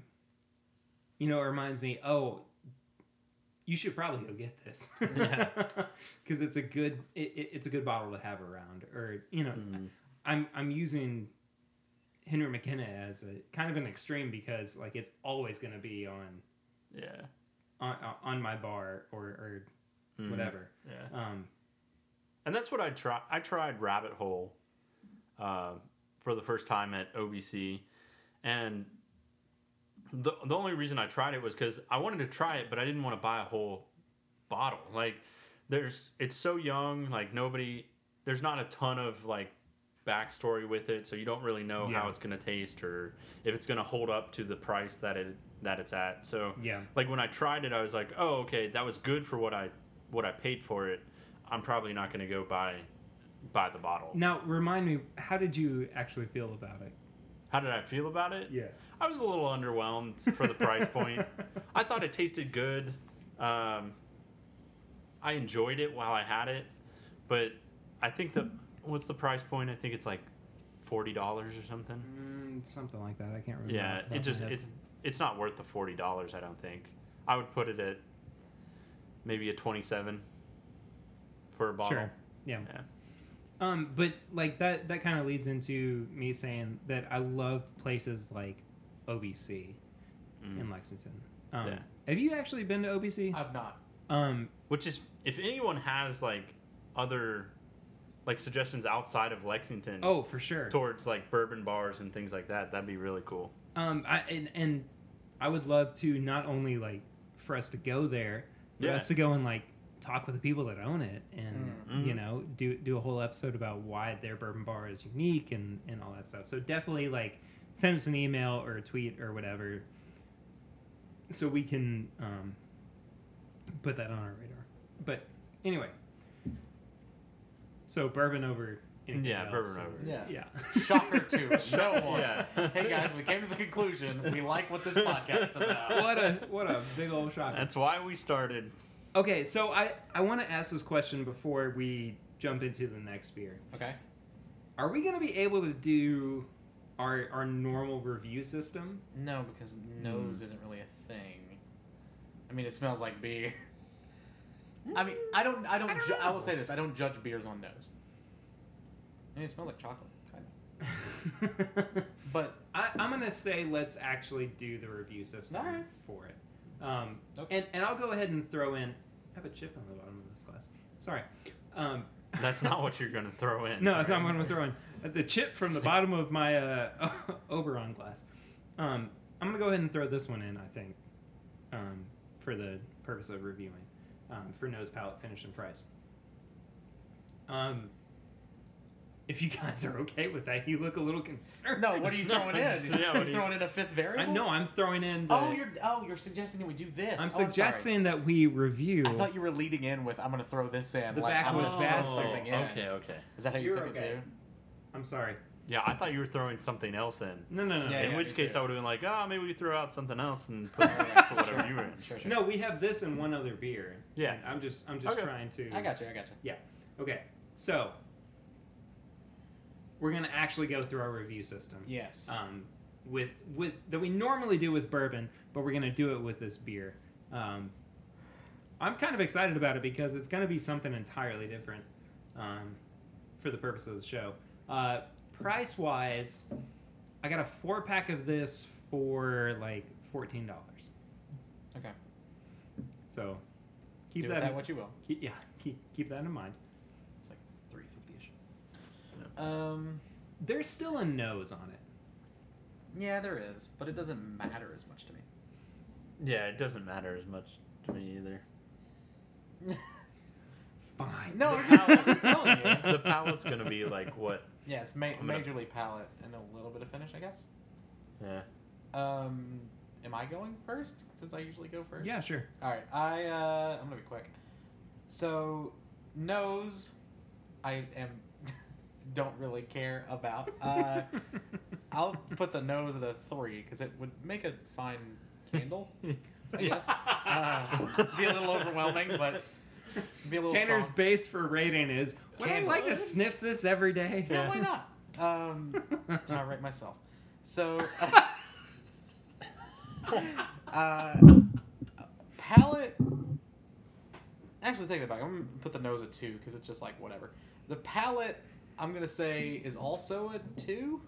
S2: you know, it reminds me, oh, you should probably go get this because it's a good it, it- it's a good bottle to have around, or you know, I'm I'm using Henry McKenna as a kind of an extreme because like it's always going to be on
S4: Yeah,
S2: on on my bar or or
S4: Mm.
S2: whatever.
S4: yeah.
S2: Um,
S4: And that's what I try. I tried Rabbit Hole uh, for the first time at OBC, and the the only reason I tried it was because I wanted to try it, but I didn't want to buy a whole bottle. Like there's it's so young, like nobody there's not a ton of like backstory with it, so you don't really know
S2: Yeah.
S4: how it's gonna taste or if it's gonna hold up to the price that it that it's at. So
S2: Yeah.
S4: like when I tried it I was like, Oh, okay, that was good for what I what I paid for it. I'm probably not gonna go buy buy the bottle.
S2: Now, remind me, how did you actually feel about it?
S4: How did I feel about it?
S2: Yeah.
S4: I was a little underwhelmed for the price point. I thought it tasted good. Um, I enjoyed it while I had it, but I think the what's the price point? I think it's like forty dollars or something.
S2: Mm, something like that. I can't remember. off
S4: Yeah,
S2: the top
S4: it
S2: of
S4: just
S2: my head.
S4: it's it's not worth the forty dollars. I don't think. I would put it at maybe a twenty-seven for a bottle.
S2: Sure. Yeah.
S4: Yeah.
S2: Um, but like that that kind of leads into me saying that I love places like OBC in Lexington. Um,
S4: Mm. Yeah.
S2: Have you actually been to OBC?
S1: I've not.
S2: um,
S4: Which is, if anyone has like other like suggestions outside of Lexington,
S2: oh, for sure.
S4: towards like bourbon bars and things like that. That'd be really cool.
S2: Um, I and, and I would love to not only like for us to go there, for
S4: Yeah.
S2: us to go and like talk with the people that own it, and
S4: Mm.
S2: you know do do a whole episode about why their bourbon bar is unique and and all that stuff. So definitely like send us an email or a tweet or whatever, so we can um, put that on our radar. But anyway, so bourbon over. anything
S4: Yeah,
S2: else.
S4: bourbon over.
S1: Yeah.
S2: Yeah.
S1: Shocker to no one.
S4: Yeah.
S1: Hey guys, we came to the conclusion we like what this podcast's about.
S2: what a what a big old shocker.
S4: That's why we started.
S2: Okay, so I, I want to ask this question before we jump into the next beer.
S1: Okay.
S2: Are we going to be able to do our our normal review system?
S1: No, because
S4: Hmm.
S1: nose isn't really a thing. I mean, it smells like beer. I mean, I don't. I don't. I,
S2: I don't
S1: ju- I
S2: know.
S1: will say this: I don't judge beers on nose. I mean, it smells like chocolate, kind of. But
S2: I, I'm going to say let's actually do the review system
S1: All right.
S2: for it. Um,
S1: Okay.
S2: and, and I'll go ahead and throw in. I have a chip on the bottom of this glass. Sorry. Um,
S4: That's not what you're gonna throw in.
S2: No, that's not what I'm gonna throw in. Uh, The chip from the bottom of my uh, Oberon glass. Um, I'm gonna go ahead and throw this one in. I think, um, for the purpose of reviewing, um, for nose palette finish and price. Um, if you guys are okay with that, you look a little concerned.
S1: no, what are you
S4: No,
S1: throwing
S4: it's-
S1: in?
S4: yeah, what
S1: you're
S4: do you-
S1: throwing in a fifth
S2: I
S1: variable.
S2: know I'm throwing in. The,
S1: Oh, you're. Oh, you're suggesting that we do this.
S2: I'm
S1: Oh, sorry.
S2: suggesting that we review.
S1: I thought you were leading in with "I'm gonna throw this in."
S2: The
S1: like, I'm gonna
S2: backwoods
S1: throw
S2: bastard.
S1: something in.
S4: Okay, okay.
S1: Is that how you
S2: You're
S1: took
S2: okay.
S1: it too?
S2: I'm sorry.
S4: Yeah, I thought you were throwing something else in.
S2: No, no, no.
S1: Yeah,
S2: no.
S4: in
S1: yeah.
S4: which
S1: me
S4: case,
S1: too.
S4: I would have been like, oh, maybe we throw out something else and put
S1: Alright,
S4: put whatever
S1: sure.
S4: you were in.
S1: Sure, sure.
S2: No, we have this and one other beer.
S4: Yeah.
S2: And I'm just, I'm just
S4: Okay.
S2: trying to.
S1: I got you. I got you.
S2: Yeah. Okay. So we're gonna actually go through our review system.
S4: Uh,
S1: Yes.
S2: Um, with with that we normally do with bourbon, but we're gonna do it with this beer. Um, I'm kind of excited about it because it's gonna be something entirely different um, for the purpose of the show. Uh, price wise, I got a four pack of this for like fourteen dollars.
S1: okay.
S2: So keep
S1: do
S2: that,
S1: with
S2: in,
S1: that what you will.
S2: keep, yeah keep, keep that in mind.
S1: It's like three fifty ish. Um.
S2: There's still a nose on it.
S1: Yeah, there is, but it doesn't matter as much to me.
S4: Yeah, it doesn't matter as much to me either.
S2: Fine.
S1: No, I'm just, I'm just telling you.
S4: the palate's gonna be like what?
S1: Yeah, it's ma-
S4: I'm gonna-
S1: majorly palate and a little bit of finish, I guess.
S4: Yeah.
S1: Um, am I going first since I usually go first?
S2: Yeah, sure.
S1: All right. I uh, I'm gonna be quick. So nose, I am don't really care about. Uh, I'll put the nose at a three because it would make a fine candle. I guess uh, be a little overwhelming, but be a little.
S2: Tanner's
S1: strong.
S2: base for rating is would I
S1: Candle.
S2: like to sniff this every day?
S1: Yeah, why not? Um, I write myself. So, uh, palette. Actually, take that back. I'm gonna put the nose at two because it's just like whatever. The palette, I'm gonna say, is also a two.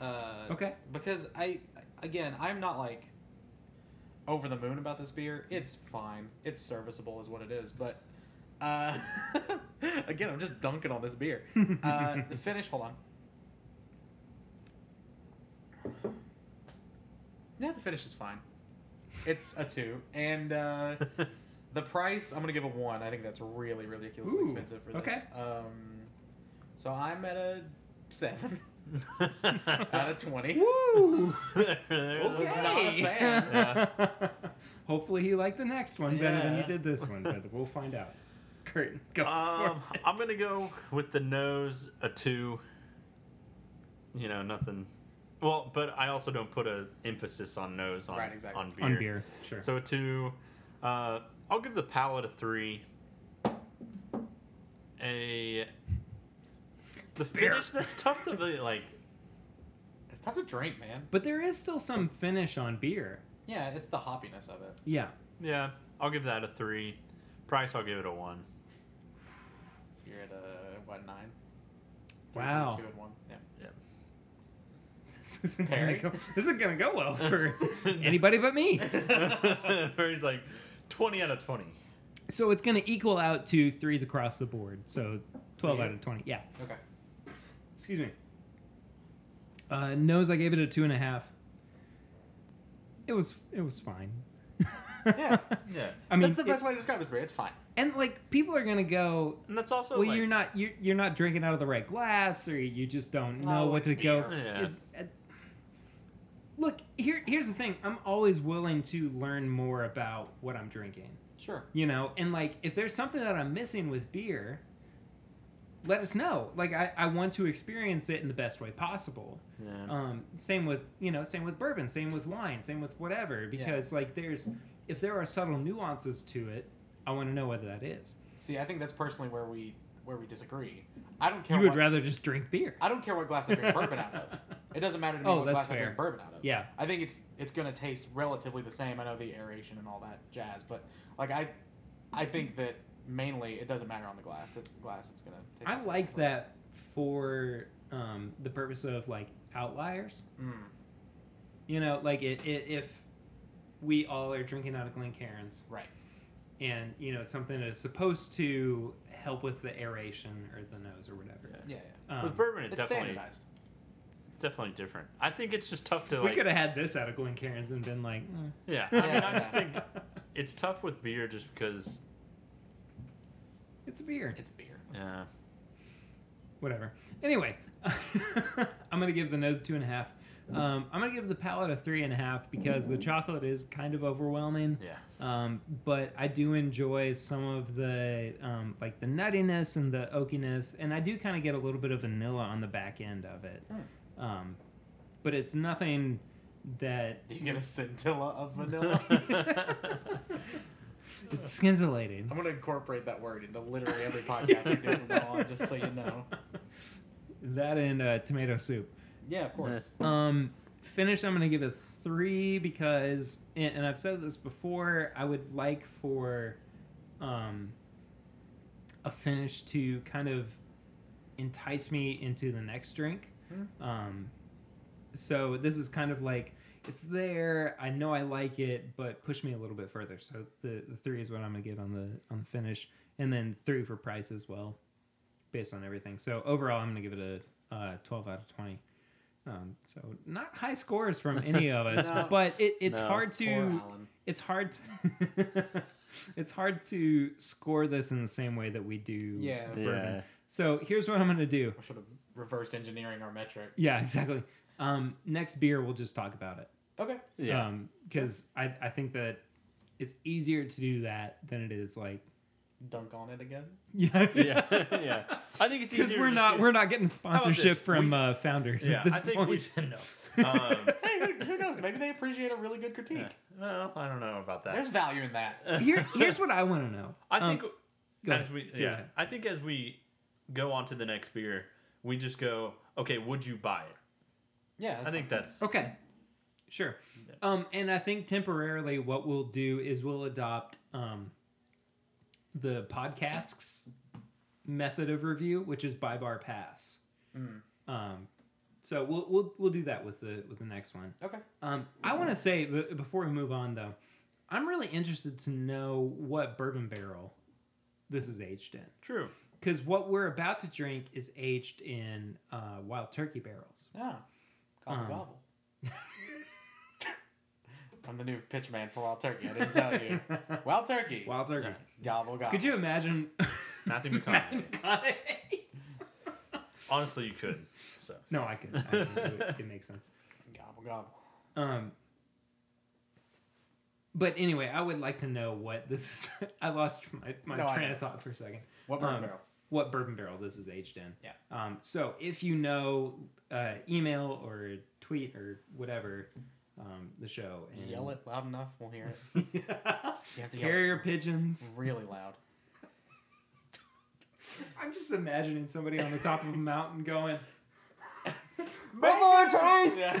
S1: Uh,
S2: Okay.
S1: Because I, again, I'm not like over the moon about this beer. It's fine. It's serviceable, is what it is. But uh, again, I'm just dunking on this beer. Uh, the finish. Hold on. Yeah, the finish is fine. It's a two, and uh, The price, I'm gonna give a one. I think that's really ridiculously
S2: Ooh,
S1: expensive for this.
S2: okay.
S1: Um, so I'm at a seven out of twenty.
S2: Woo!
S1: was not a fan.
S2: Hopefully, you like the next one better than you
S1: Yeah.
S2: did this one, but we'll find out. Curtain, go
S4: Um,
S2: for it.
S4: I'm gonna go with the nose a two. You know nothing. Well, but I also don't put a emphasis on nose on
S1: Right, exactly.
S4: on beer.
S2: on beer. Sure.
S4: So a two. Uh, I'll give the palate a three. A. The
S2: Beer.
S4: finish that's tough to be like.
S1: It's tough to drink, man.
S2: but there is still some finish on beer.
S1: Yeah, it's the hoppiness of it.
S2: Yeah.
S4: Yeah, I'll give that a three. Price, I'll give it a one.
S1: So you're at a what nine? Three,
S2: Wow.
S1: Two and one. Yeah.
S2: This isn't, gonna
S1: Perry?
S2: go, this isn't gonna go well for anybody but me.
S4: Where he's like, twenty out of twenty.
S2: So it's gonna equal out to threes across the board. So twelve
S1: Yeah.
S2: out of twenty. Yeah.
S1: Okay.
S2: Excuse me. Uh, nose, I gave it a two and a half. It was it was fine.
S1: Yeah.
S4: Yeah,
S2: I mean,
S1: that's the
S2: it-
S1: best way to describe this beer. It's fine.
S2: and like people are gonna go,
S4: and that's also
S2: well,
S4: like,
S2: you're not you're, you're not drinking out of the right glass, or you just don't know
S1: Oh,
S2: what to
S1: it's
S2: go.
S1: beer.
S4: Yeah.
S2: it- uh, look, here here's the thing. I'm always willing to learn more about what I'm drinking.
S1: Sure.
S2: you know and like if there's something that i'm missing with beer let us know like i, I want to experience it in the best way possible
S4: Yeah.
S2: um, same with you know same with bourbon same with wine same with whatever because like there's if there are subtle nuances to it i want to know whether that is
S1: See, I think that's personally where we where we disagree. I don't care.
S2: you would
S1: what,
S2: rather just drink beer
S1: I don't care what glass I drink bourbon out of. It doesn't matter to me
S2: Oh,
S1: what
S2: that's
S1: glass I
S2: fair.
S1: drink bourbon out of.
S2: yeah
S1: I think it's it's gonna taste relatively the same. I know the aeration and all that jazz, but like I, I think that mainly it doesn't matter on the glass. The glass it's gonna. taste
S2: i
S1: the same.
S2: like that for um, the purpose of like outliers
S1: Mm.
S2: you know like it, it if we all are drinking out of glencairn's
S1: Right.
S2: and you know something that is supposed to help with the aeration or the nose or whatever.
S4: Yeah.
S1: Yeah. yeah.
S2: Um,
S4: with bourbon, it
S1: It's
S4: definitely
S1: standardized.
S4: it's definitely different. I think it's just tough to
S2: we
S4: like.
S2: could have had this out of Glencairn's and been like, eh.
S4: Yeah, I mean, I
S1: Yeah.
S4: just think it's tough with beer just because.
S2: it's beer,
S1: It's beer.
S4: Yeah,
S2: whatever. Anyway, I'm gonna give the nose two and a half. Um, I'm gonna give the palate a three and a half because the chocolate is kind of overwhelming.
S4: yeah,
S2: Um, but I do enjoy some of the um, like the nuttiness and the oakiness, and I do kind of get a little bit of vanilla on the back end of it. Um, but it's nothing that
S1: Do you get a scintilla of vanilla?
S2: it's scintillating.
S1: I'm gonna incorporate that word into literally every podcast we do from now on, just so you know.
S2: That and uh, tomato soup.
S1: Yeah, of course.
S2: Um, finish. I'm gonna give it three because, and, and I've said this before. I would like for, um, a finish to kind of entice me into the next drink. Um, so this is kind of like it's there. I know I like it, but push me a little bit further. So the, the three is what I'm gonna give on the on the finish, and then three for price as well, based on everything. So overall, I'm gonna give it a uh, 12 out of 20. Um, so not high scores from any of us,
S1: No.
S2: but it, it's
S4: No.
S2: hard
S1: Poor
S2: to
S1: Alan.
S2: it's hard to, it's hard to score this in the same way that we do
S1: Yeah.
S2: bourbon. So here's what I'm gonna do.
S1: We should have reverse engineering our metric.
S2: Yeah, exactly. Um, next beer, we'll just talk about it.
S1: Okay.
S4: yeah.
S2: Because I, I think that it's easier to do that than it is like.
S1: Dunk on it again.
S2: Yeah.
S4: yeah, yeah. I think it's easier
S2: Because we're
S4: to
S2: not
S4: just-
S2: we're not getting sponsorship
S4: this?
S2: from
S4: We-
S2: uh, founders
S4: Yeah,
S2: at this
S4: I think
S2: point.
S4: we should know. Um,
S1: Hey, who, who knows? Maybe they appreciate a really good critique.
S4: yeah. Well, I don't know about that.
S1: There's value in that.
S2: Here, here's what I want to know.
S4: I
S2: Um,
S4: think
S2: go
S4: as
S2: ahead.
S4: we
S2: Go
S4: yeah,
S2: ahead.
S4: I think as we go on to the next beer, we just go okay. Would you buy it?
S1: Yeah. that's
S4: I think that's
S2: Okay. Sure. Um, and I think temporarily what we'll do is we'll adopt um, the podcast's method of review, which is by bar pass.
S1: Mm.
S2: Um, so we'll, we'll we'll do that with the with the next one.
S1: fine. Okay.
S2: Um, I
S1: Mm-hmm.
S2: want to say b- before we move on though, I'm really interested to know what bourbon barrel this is aged in,
S4: true.
S2: because what we're about to drink is aged in uh, wild turkey barrels.
S1: Yeah. Gobble
S2: Um,
S1: gobble. I'm the new pitch man for Wild Turkey. I didn't tell you. Wild Turkey.
S2: Wild Turkey.
S1: Gobble gobble.
S2: Could you imagine?
S4: Matthew McConaughey. Honestly, you could. So
S2: no, I could. I could do it. it makes sense.
S1: Gobble gobble.
S2: Um, but anyway, I would like to know what this is. I lost my, my
S1: No, I
S2: train
S1: know.
S2: of thought for a second.
S1: What bourbon
S2: Um,
S1: barrel?
S2: What bourbon barrel this is aged in.
S1: Yeah.
S2: Um, so if you know, uh, email or tweet or whatever um, the show and
S1: Yell it loud enough, we'll hear it. You have to yell
S2: Carrier
S1: it
S2: pigeons.
S1: really loud. Mm.
S2: I'm just imagining somebody on the top of a mountain going,
S1: Buffalo Trace! Yeah.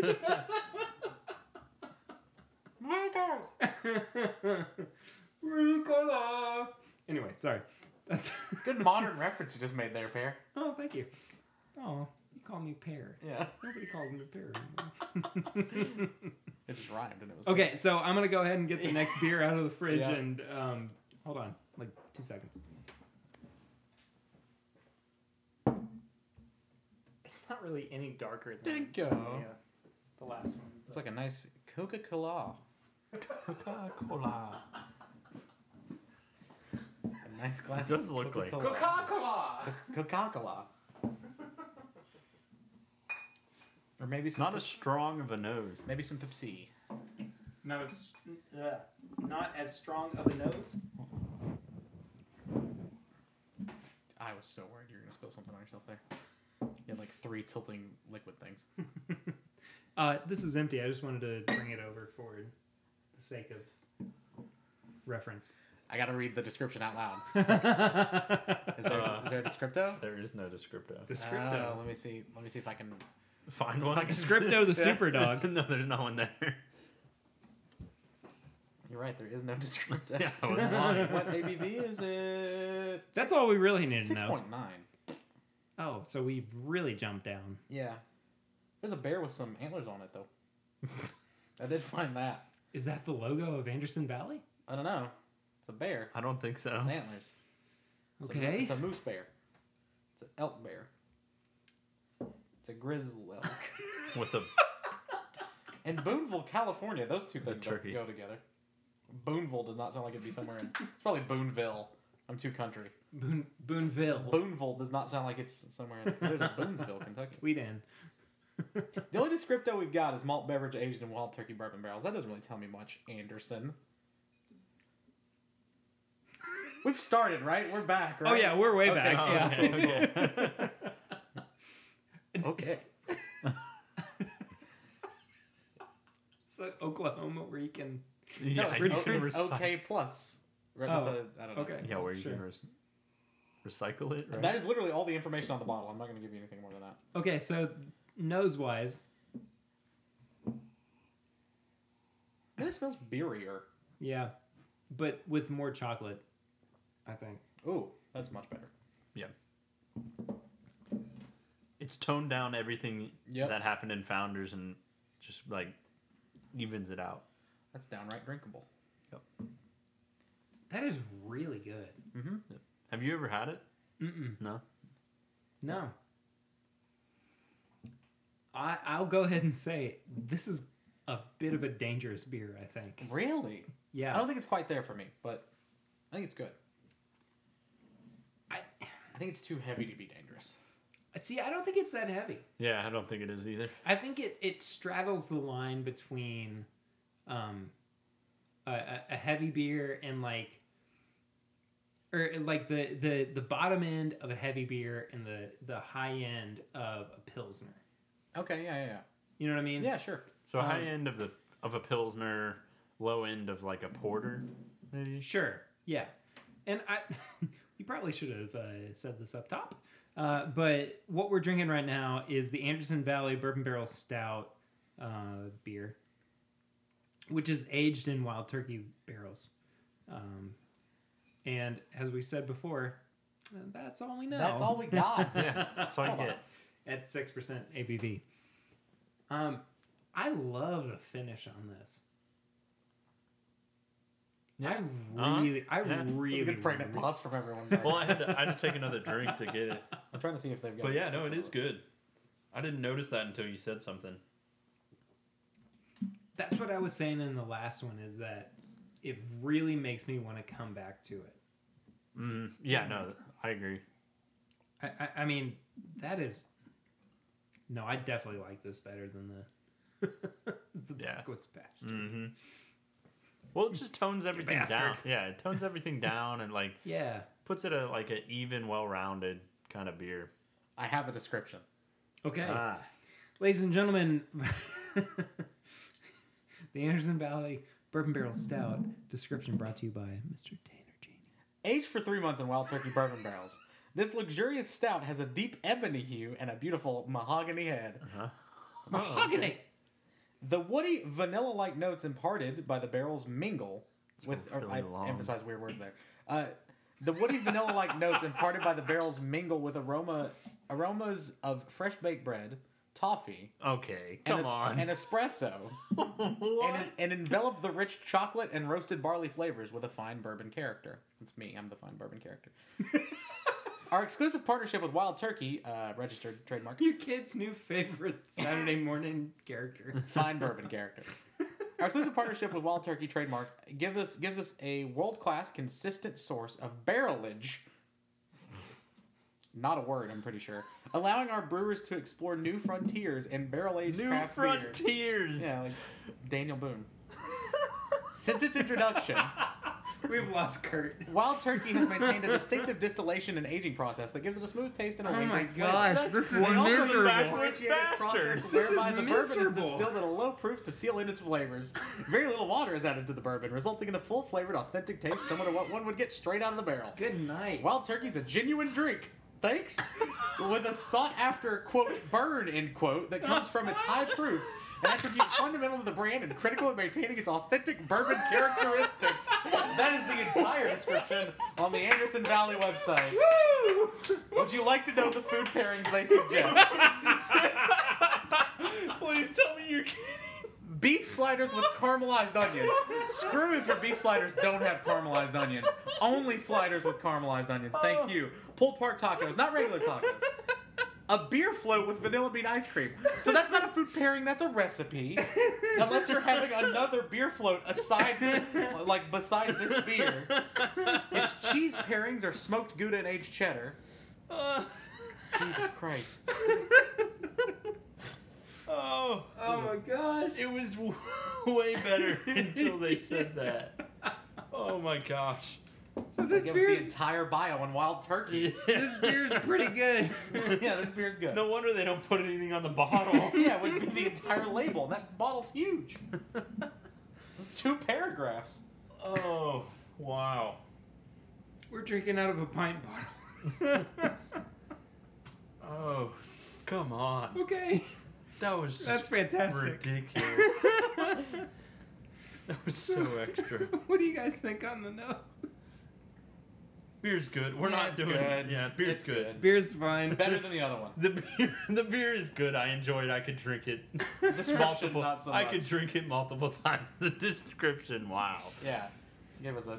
S1: yeah.
S2: Rucola. Anyway, sorry. That's
S1: Good modern reference you just made there, Pear.
S2: Oh, thank you. Oh, you call me pear.
S1: Yeah.
S2: Nobody calls me pear.
S1: It just rhymed and it was
S2: okay, so I'm gonna go ahead and get the next beer out of the fridge
S1: Yeah.
S2: and um, hold on, like two seconds. It's not really any darker than
S1: Dinko. the,
S2: the last one.
S1: It's like a nice Coca Cola. Coca Cola. A nice glass.
S4: It does look like-
S2: Coca-Cola.
S1: Coca Cola. Or maybe
S4: it's
S1: some
S4: not as strong of a nose.
S1: maybe some Pepsi.
S2: No, it's uh, not as strong of a nose.
S1: I was so worried you were gonna spill something on yourself there. You had like three tilting liquid things.
S2: Uh, this is empty. I just wanted to bring it over for the sake of reference.
S1: I gotta read the description out loud. Is there,
S4: Uh.
S1: is there a descripto?
S4: There is no descriptor.
S1: Oh, let me see. Let me see if I can.
S4: Find one.
S1: Like
S2: Descripto the super dog.
S4: no, there's no one there.
S1: You're right. There is no descripto.
S4: Yeah, I was lying.
S1: what ABV is it?
S2: That's all we really need to
S1: Six
S2: know.
S1: point nine.
S2: Oh, so we really jumped down.
S1: Yeah. There's a bear with some antlers on it though. I did find that.
S2: Is that the logo of Anderson Valley?
S1: I don't know. It's a bear
S4: I don't think so.
S1: with antlers. It's a-
S2: Okay.
S1: it's a moose bear. It's an elk bear. It's a grizzly elk.
S4: With a
S1: In Boonville, California, those two
S4: The
S1: things don't
S4: turkey.
S1: go together. Boonville does not sound like it'd be somewhere in. It's probably Boonville. I'm too country.
S2: Boon- Boonville.
S1: Boonville does not sound like it's somewhere in. 'cause There's a Boonesville, Kentucky.
S2: Tweet in.
S1: The only descriptor we've got is malt beverage aged in wild turkey bourbon barrels. That doesn't really tell me much, Anderson. We've started, right? We're back, right?
S2: Oh, yeah, we're way
S1: Okay,
S2: back.
S1: cool.
S2: yeah.
S4: okay, okay.
S1: Okay.
S2: It's like Oklahoma where you can.
S4: yeah,
S1: No, it's,
S4: you
S1: it's-
S4: can
S1: it's
S4: recycle-
S1: okay plus. Right,
S2: Oh,
S1: with the- I don't know.
S2: okay.
S4: Yeah, where you
S2: Sure.
S4: can rec- recycle it. Right?
S1: That is literally all the information on the bottle. I'm not going to give you anything more than that.
S2: Okay, so nose wise.
S1: This smells beerier.
S2: Yeah. But with more chocolate, I think.
S1: Ooh, that's much better.
S4: yeah. It's toned down everything
S1: Yep.
S4: that happened in Founders and just like evens it out.
S1: That's downright drinkable.
S2: That is really good.
S4: Have you ever had it?
S2: Mm-mm.
S4: No.
S2: No. I I'll go ahead and say this is a bit of a dangerous beer. I think.
S1: Really? I
S2: Yeah.
S1: don't think it's quite there for me, but I think it's good.
S2: I,
S1: I think it's too heavy to be dangerous.
S2: see. I don't think it's that heavy.
S4: Yeah, I don't think it is either.
S2: I think it it straddles the line between, um, a, a, a heavy beer and like. Or like the, the the bottom end of a heavy beer and the the high end of a pilsner.
S1: Okay, yeah, yeah, yeah.
S2: You know what I mean?
S1: Yeah, sure.
S4: So
S2: Um,
S4: high end of the of a pilsner, low end of like a porter, maybe.
S2: Sure. Yeah. And I, we probably should have uh, said this up top. Uh, but what we're drinking right now is the Anderson Valley Bourbon Barrel Stout uh, beer, which is aged in wild turkey barrels. Um, and as we said before, uh, that's all we know.
S1: That's all we got.
S4: Yeah, that's what I
S1: Hold on.
S4: get.
S2: At 6% ABV. Um, I love the finish on this. I
S4: Yeah. Uh-huh.
S2: really, I
S4: Yeah. That's a
S2: really,
S1: It's a good pregnant
S2: really-
S1: pause from everyone.
S4: Well, I had to, I had to take another drink to get it.
S1: I'm trying to see if they've got.
S4: But yeah, no, it is good. I didn't notice that until you said something.
S2: That's what I was saying in the last one is that it really makes me want to come back to it.
S4: Mm, yeah, no, I agree.
S2: I, I, I mean, that is. No, I definitely like this better than the the
S4: Yeah.
S2: Blackwood's Bastard.
S4: Mm-hmm. Well, it just tones everything down.
S2: bastard.
S4: Yeah, it tones everything down and like
S2: Yeah.
S4: puts it at like an even, well-rounded kind of beer.
S1: I have a description.
S2: Okay.
S4: Ah,
S2: Ladies and gentlemen, the Anderson Valley Bourbon Barrel Stout description brought to you by Mr. Tanner Jr.
S1: Aged for three months in wild turkey bourbon barrels, this luxurious stout has a deep ebony hue and a beautiful mahogany head.
S4: Uh-huh. Oh,
S2: Mahogany!
S1: The woody, vanilla like notes imparted by the barrels mingle with. Or
S4: really
S1: I
S4: long.
S1: emphasize weird words there. Uh, the woody, vanilla like notes imparted by the barrels mingle with aroma aromas of fresh baked bread, toffee,
S4: okay,
S1: and,
S4: come
S1: es-
S4: on.
S1: and espresso,
S4: What?
S1: and, and envelop the rich chocolate and roasted barley flavors with a fine bourbon character. That's me. I'm the fine bourbon character. Our exclusive partnership with Wild Turkey, uh, registered trademark,
S2: Your kid's new favorite Saturday morning character.
S1: fine bourbon character. Our exclusive partnership with Wild Turkey trademark gives us gives us a world class, consistent source of barrelage. Not a word, I'm pretty sure. Allowing our brewers to explore new frontiers in barrel aged
S4: New
S1: craft beer.
S4: frontiers.
S1: Yeah, like Daniel Boone. Since its introduction,
S2: We've lost Kurt.
S1: Wild Turkey has maintained a distinctive distillation and aging process that gives it a smooth taste and a
S2: Oh
S1: lingering
S2: my
S1: flavor.
S2: gosh, this is
S4: Well, this is
S2: miserable.
S4: backwards.
S1: Differentiated process
S4: bastard.
S2: This
S1: whereby
S2: is
S1: the bourbon is
S2: miserable.
S1: distilled at a low proof to seal in its flavors. Very little water is added to the bourbon, resulting in a full flavored, authentic taste similar to what one would get straight out of the barrel.
S2: Good night.
S1: Wild Turkey's a genuine drink. Thanks. With a sought after, quote, burn, end quote, that comes from its high proof, an attribute fundamental to the brand and critical in maintaining its authentic bourbon characteristics. That is the entire description on the Anderson Valley website.
S2: Oh
S1: Would you like to know the food pairings they suggest?
S4: Please tell me you're kidding.
S1: Beef sliders with caramelized onions. Screw if your beef sliders don't have caramelized onions. Only sliders with caramelized onions. Thank you. Pulled pork tacos, not regular tacos. A beer float with vanilla bean ice cream. So that's not a food pairing, that's a recipe. Unless you're having another beer float aside, like beside this beer. Its cheese pairings are smoked Gouda and aged cheddar.
S4: Uh,
S1: Jesus Christ.
S4: Oh,
S2: oh my gosh.
S4: it was w- way better until they said that. Oh my gosh.
S2: So this
S1: That gives the
S2: beer's
S1: entire bio on Wild Turkey.
S2: this beer's pretty good.
S1: yeah, this beer's good.
S4: No wonder they don't put anything on the bottle.
S1: yeah, it would be the entire label. And that bottle's huge. It's two paragraphs.
S4: oh, wow.
S2: We're drinking out of a pint bottle.
S4: Oh, come on.
S2: okay.
S4: That was just
S2: That's fantastic.
S4: ridiculous. that was so extra.
S2: what do you guys think on the nose?
S4: Beer's good. We're
S1: Yeah,
S4: not
S1: it's
S4: doing
S1: good.
S4: Yeah, beer's
S1: It's
S4: good.
S2: Beer's fine.
S1: Better than the other one.
S4: The beer, the beer is good. I enjoy it. I could drink it
S1: Description,
S4: multiple.
S1: not so
S4: I
S1: much.
S4: could drink it multiple times. The description, wow.
S1: Yeah. Give us a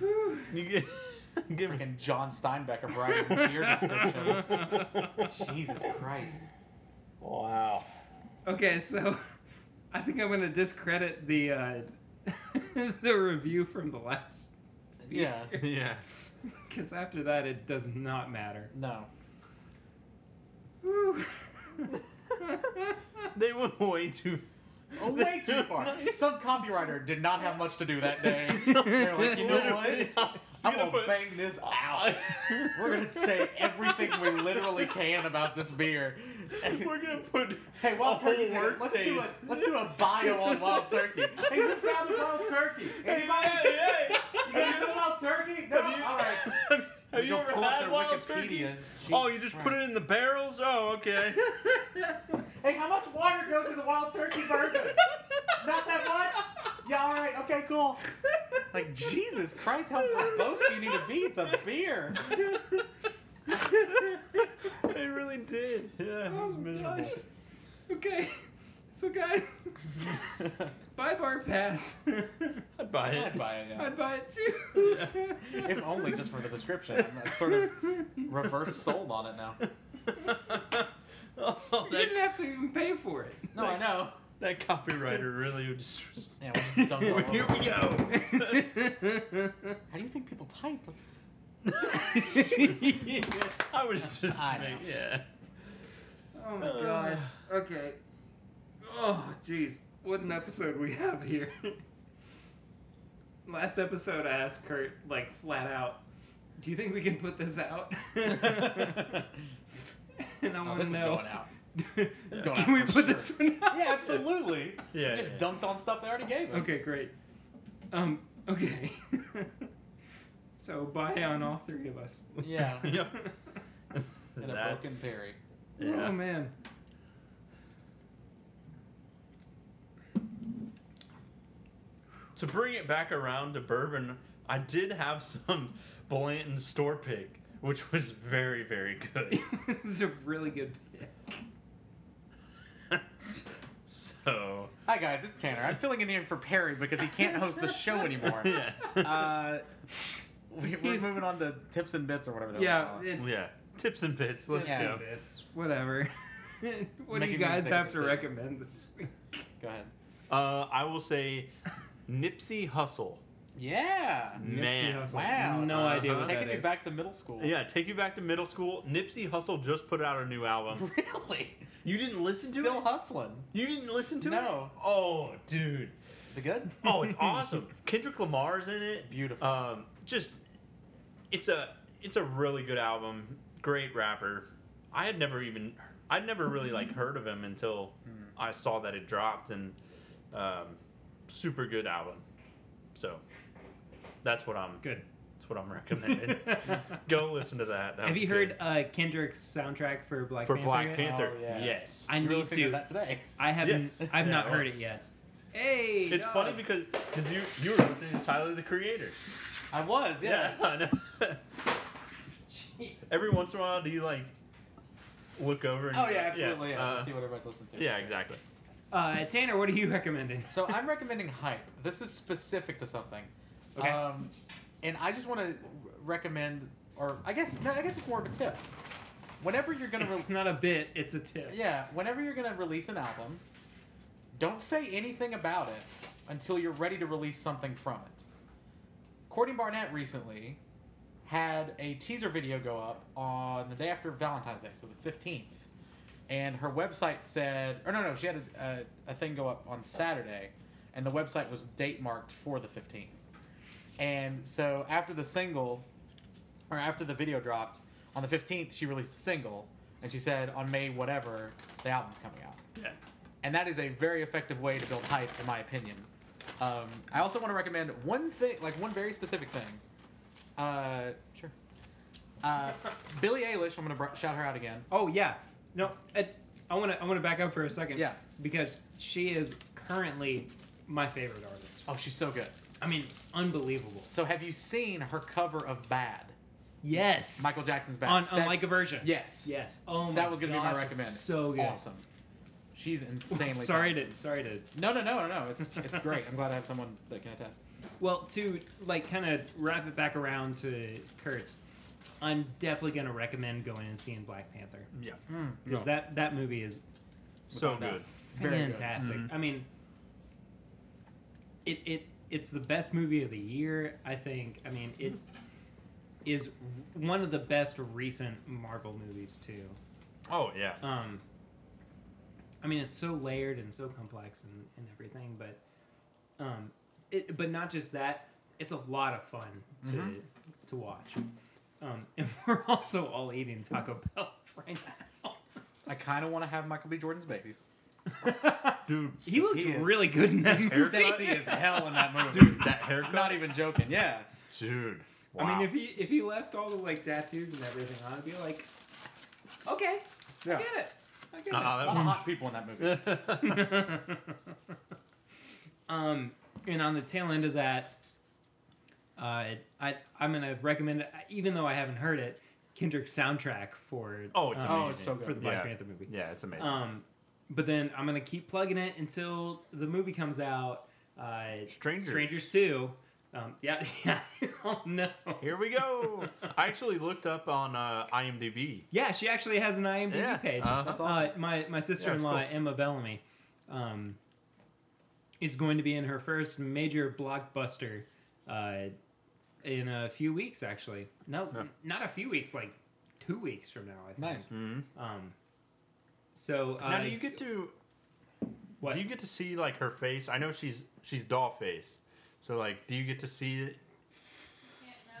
S4: You get, give us-
S1: freaking John Steinbeck of writing beer descriptions. Jesus Christ.
S4: wow.
S2: Okay, so I think I'm gonna discredit the uh, the review from the last
S1: Yeah.
S4: Yeah.
S2: because after that it does not matter.
S1: No.
S2: Woo.
S4: They went way too.
S1: Oh, way too far. Some copywriter did not have much to do that day. They're like, you know what? I'm
S4: gonna
S1: gonna
S4: put-
S1: bang this out. We're gonna say everything we literally can about this beer.
S4: We're gonna put.
S1: Hey, Wild
S4: A whole
S1: Turkey's in it. Let's do a
S4: workdays.
S1: let's do a bio on Wild Turkey. hey, we found Wild Turkey.
S4: Hey, hey,
S1: You
S4: hey.
S1: guys know Wild Turkey? No.
S4: Have you-
S1: All right.
S4: Have, have
S1: We
S4: you
S1: go
S4: ever
S1: pull up
S4: had
S1: their
S4: wild
S1: Wikipedia.
S4: turkey?
S1: Jesus
S4: Oh, you just put it
S1: Christ.
S4: in the barrels? Oh, okay.
S1: Hey, how much water goes in the Wild Turkey burger? Not that much. Yeah. All right. Okay. Cool. Like Jesus Christ, how verbose do you need to be? It's a beer.
S4: they really did. Yeah, it was miserable.
S2: Gosh. Okay, so guys, buy bar pass.
S4: I'd buy it.
S1: buy it.
S2: I'd buy it too.
S1: If only just for the description. I'm like sort of reverse sold on it now.
S4: oh,
S2: you
S4: that Oh,
S2: didn't have to even pay for it.
S1: No, I know.
S3: That copywriter really would just.
S1: Yeah, we just dumped all over.
S3: Here we go.
S1: How do you think people type?
S3: I was just.
S1: I
S3: make-
S1: know.
S3: yeah.
S2: Oh my gosh. Okay. Oh, jeez. What an episode we have here. Last episode, I asked Kurt, like, flat out, do you think we can put this out? and I
S1: Oh,
S2: want
S1: this is
S2: to know,
S1: going out. is going
S2: can
S1: out
S2: we
S1: for
S2: put
S1: sure.
S2: this one out?
S1: Yeah, absolutely.
S3: Yeah.
S1: just
S3: yeah.
S1: dumped on stuff they already gave us.
S2: Okay, great. Um, okay. so, bye on all three of us.
S1: Yeah.
S4: Yep.
S1: And a
S4: That's-
S1: broken Perry.
S2: Oh,
S4: Yeah.
S2: man.
S4: to bring it back around to bourbon, I did have some Blanton store pick, which was very, very good.
S2: this is a really good pick.
S4: so,
S1: Hi guys, it's Tanner. I'm filling in here for Perry because he can't host the show anymore.
S4: yeah.
S1: Uh, we, we're moving on to tips and bits or whatever. That
S2: Yeah,
S1: We call it.
S2: it's,
S4: yeah. Tips and bits. Let's
S1: Yeah.
S4: go.
S2: It's whatever. what do
S1: Making
S2: you
S1: me
S2: guys
S1: think of
S2: have
S1: a
S2: to
S1: decision.
S2: recommend this week?
S1: Go ahead.
S4: Uh, I will say Nipsey Hustle.
S1: Yeah.
S4: Man.
S2: Nipsey Hussle.
S1: Wow. Uh,
S2: No idea
S4: Uh-huh.
S2: what
S1: Taking
S2: that
S1: me
S2: is.
S1: back to middle school.
S4: Yeah, take you back to middle school. Nipsey Hustle just put out a new album.
S1: Really?
S4: You didn't listen to
S1: Still
S4: it?
S1: hustling.
S4: You didn't listen to it?
S1: No.
S4: Oh, dude.
S1: Is it good?
S4: Oh, it's awesome. Kendrick Lamar's in it.
S1: Beautiful.
S2: Uh,
S4: Um, just it's a it's a really good album. Great rapper. I had never even I'd never really like heard of him until I saw that it dropped and um, super good album. So that's what I'm
S2: Good.
S4: that's what I'm recommending. Go listen to that. That
S2: Have
S4: was
S2: you
S4: good.
S2: heard uh, Kendrick's soundtrack for Black
S4: for
S2: Panther?
S4: Black
S2: yet?
S4: Panther?
S1: Oh, yeah.
S4: Yes.
S2: I
S1: You really
S2: need
S1: figured
S2: to-
S1: that today.
S2: I haven't.
S4: Yes.
S2: I've
S4: Yeah,
S2: not
S4: well.
S2: heard it yet. Hey,
S4: it's
S2: dog.
S4: funny because because you you were listening to Tyler the Creator.
S1: I was, yeah.
S4: I know.
S2: Jeez.
S4: Every once in a while, do you like look over? And
S1: Oh yeah, absolutely. Yeah,
S4: uh,
S1: see what everybody's listening to.
S4: yeah, exactly.
S2: uh, Tanner, what are you recommending?
S1: So I'm recommending hype. This is specific to something.
S2: Okay.
S1: Um, and I just want to recommend, or I guess no, I guess it's more of a tip. Whenever you're gonna, re-
S2: It's not a bit. It's a tip.
S1: yeah, whenever you're gonna release an album, don't say anything about it until you're ready to release something from it. Courtney Barnett recently had a teaser video go up on the day after Valentine's Day, so the 15th. And her website said, or no, no, she had a, a, a thing go up on Saturday, and the website was date marked for the 15th. And so after the single, or after the video dropped, on the 15th, she released a single, and she said, on May whatever, the album's coming out
S4: Yeah.
S1: and that is a very effective way to build hype, in my opinion. Um, I also want to recommend one thing, like one very specific thing. Uh, sure. Uh, Billie Eilish, I'm gonna br- shout her out again.
S2: Oh yeah. No, I, I want to. I want to back up for a second.
S1: Yeah.
S2: Because she is currently my favorite artist.
S1: Oh, she's so good.
S2: I mean, unbelievable.
S1: So, have you seen her cover of "Bad"?
S2: Yes.
S1: Michael Jackson's "Bad."
S2: on
S1: That's-
S2: unlike a version.
S1: Yes.
S2: Yes. Oh my
S1: That was gonna be my
S2: gosh, it's
S1: recommend.
S2: So good.
S1: Awesome. She's insanely.
S2: sorry
S1: talented.
S2: to sorry to
S1: No, no, no, no, no. It's it's great. I'm glad I have someone that can attest.
S2: well to like kind of wrap it back around to Kurtz. I'm definitely gonna recommend going and seeing Black Panther
S4: Yeah.
S2: because
S1: No.
S2: that that movie is
S1: Hmm.
S4: So
S1: Without
S4: good.
S1: doubt. Very good.
S2: fantastic. I mean, it it it's the best movie of the year. I think. I mean, it is one of the best recent Marvel movies too.
S4: Oh yeah.
S2: um i mean it's so layered and so complex and, and everything but um it, but not just that it's a lot of fun to to watch um and we're also all eating taco bell right now
S1: I kind of want to have Michael B. Jordan's babies.
S4: Dude.
S2: he looked
S1: is
S2: really good in that movie.
S1: Sexy as hell in that movie.
S4: Dude, that haircut.
S1: Not even joking. Yeah.
S4: Dude. Wow.
S2: i mean if he if he left all the like tattoos and everything on i'd be like okay i
S1: Yeah.
S2: get it i get it
S4: Uh-uh,
S1: A
S4: that
S1: lot of
S4: was-
S1: hot people in that movie.
S2: Um, and on the tail end of that, uh, I I'm gonna recommend, even though I haven't heard it, Kendrick's soundtrack for
S4: Oh, it's
S2: um,
S1: Oh, it's so
S2: for the
S1: good.
S2: Black
S4: Yeah.
S2: Panther movie.
S4: yeah, it's amazing.
S2: Um, but then I'm gonna keep plugging it until the movie comes out. Uh,
S4: Strangers.
S2: Strangers Two. Um, yeah, yeah. oh no.
S4: Here we go. I actually looked up on uh, IMDb.
S2: Yeah, she actually has an IMDb
S4: Yeah.
S2: page.
S4: Uh-huh.
S1: That's awesome.
S2: Uh, my my sister in law
S4: Yeah, it's
S2: Emma Bellamy, um, is going to be in her first major blockbuster uh, in a few weeks, actually. No,
S4: Yeah.
S2: n- not a few weeks, like two weeks from now, I think.
S1: Nice.
S2: Um, so, uh,
S4: Now, do you get to
S2: what?
S4: do you get to see like her face? I know she's she's doll face. So like, do you get to see it?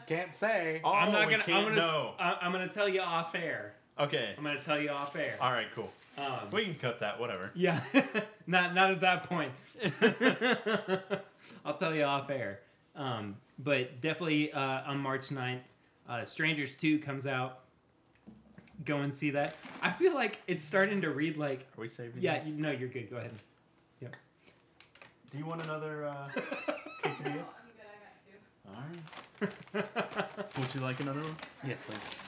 S1: Can't say.
S4: Oh,
S2: I'm not
S4: we
S2: gonna. I'm
S4: can't
S2: gonna.
S4: know.
S2: I, I'm gonna tell you off air.
S4: Okay.
S2: I'm gonna tell you off air.
S4: All right. Cool.
S2: Um,
S4: We can cut that. Whatever.
S2: yeah, not not at that point. I'll tell you off air. Um, but definitely uh, on March 9th, uh, Strangers Two comes out. Go and see that. I feel like it's starting to read like.
S4: Are we saving?
S2: Yeah,
S4: this?
S2: you, no, you're good. Go ahead.
S4: Do you want another uh, quesadilla? All right. Would you like another one?
S1: Yes, please.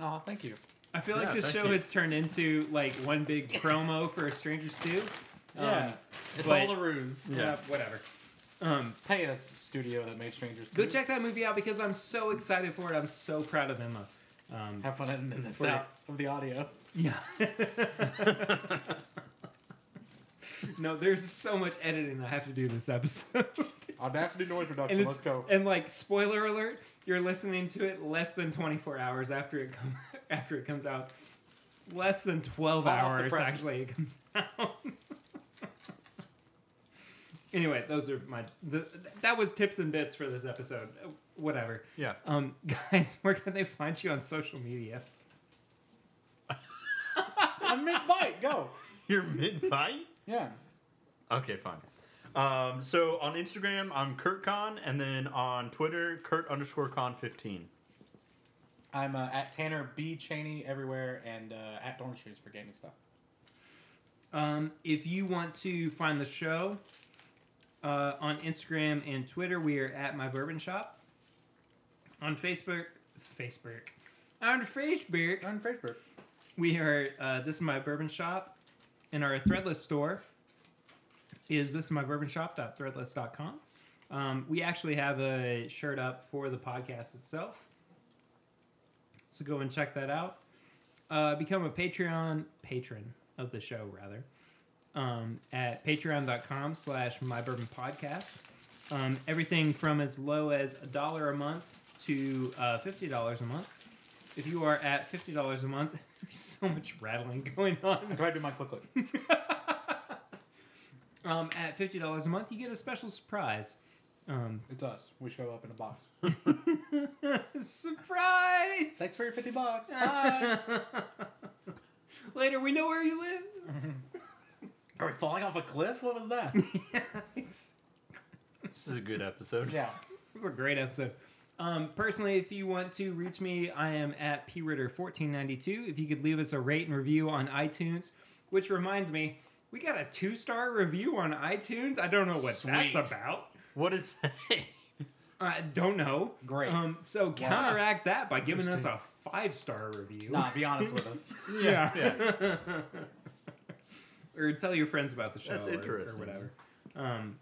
S1: Oh, thank you.
S2: I feel
S4: Yeah,
S2: like this
S4: thank
S2: show
S4: you.
S2: has turned into like one big promo for Strangers Two. Um,
S1: Yeah. It's
S2: but-
S1: all a ruse.
S4: Yeah.
S2: yeah, whatever. Um,
S1: Pay us, studio that made strangers.
S2: Go
S4: Mm.
S1: Two.
S2: check that movie out because I'm so excited for it. I'm so proud of Emma. Um,
S1: Have fun editing this
S2: Wait.
S1: out of the audio.
S2: yeah. no, there's so much editing I have to do this episode.
S1: I'd have to do noise reduction.
S2: and it's
S1: Let's go.
S2: and like spoiler alert, you're listening to it less than 24 hours after it come after it comes out. Less than 12
S1: Hot off the
S2: hours
S1: presses.
S2: actually it comes out. anyway, those are my the, that was tips and bits for this episode. Whatever.
S4: Yeah.
S2: Um, guys, where can they find you on social media?
S1: I'm mid bite. Go.
S4: You're mid bite.
S1: Yeah.
S4: Okay, fine. Um, so on Instagram, I'm Kurt Con, and then on Twitter, Kurt underscore Con fifteen.
S1: I'm uh, at Tanner B Cheney everywhere and uh, at Dorm Shoes for gaming stuff.
S2: Um, if you want to find the show uh, on Instagram and Twitter, we are at My Bourbon Shop. On Facebook, Facebook, on Facebook,
S1: On Facebook.
S2: we are uh, this is my bourbon shop, and our Threadless store is this is my bourbon shop.threadless.com. Um, we actually have a shirt up for the podcast itself, so go and check that out. Uh, become a Patreon patron of the show rather um, at patreon.com slash my bourbon podcast. Um, everything from as low as a dollar a month to uh, fifty dollars a month. If you are at fifty dollars a month, there's so much rattling going
S1: I'm
S2: on.
S1: glad to do mine quickly.
S2: Um, at fifty dollars a month, you get a special surprise. Um,
S1: It's us. We show up in a box.
S2: surprise! Uh,
S1: Thanks for your 50 bucks.
S2: Later, we know where you live.
S1: Are we falling off a cliff? What was that?
S2: Thanks.
S4: This is a good episode.
S1: yeah.
S2: It was a great episode. Um, personally, if you want to reach me, I am at pritter1492. If you could leave us a rate and review on iTunes, which reminds me, we got a two star review on iTunes. I don't know what that's
S4: Sweet.
S2: about.
S4: What is that?
S2: I don't know.
S1: Great.
S2: Um, so counteract that by giving us a five star review.
S1: Nah, be honest with us.
S2: yeah.
S4: yeah.
S2: or tell your friends about the show.
S4: That's
S2: or-
S4: interesting.
S2: Or whatever. Um,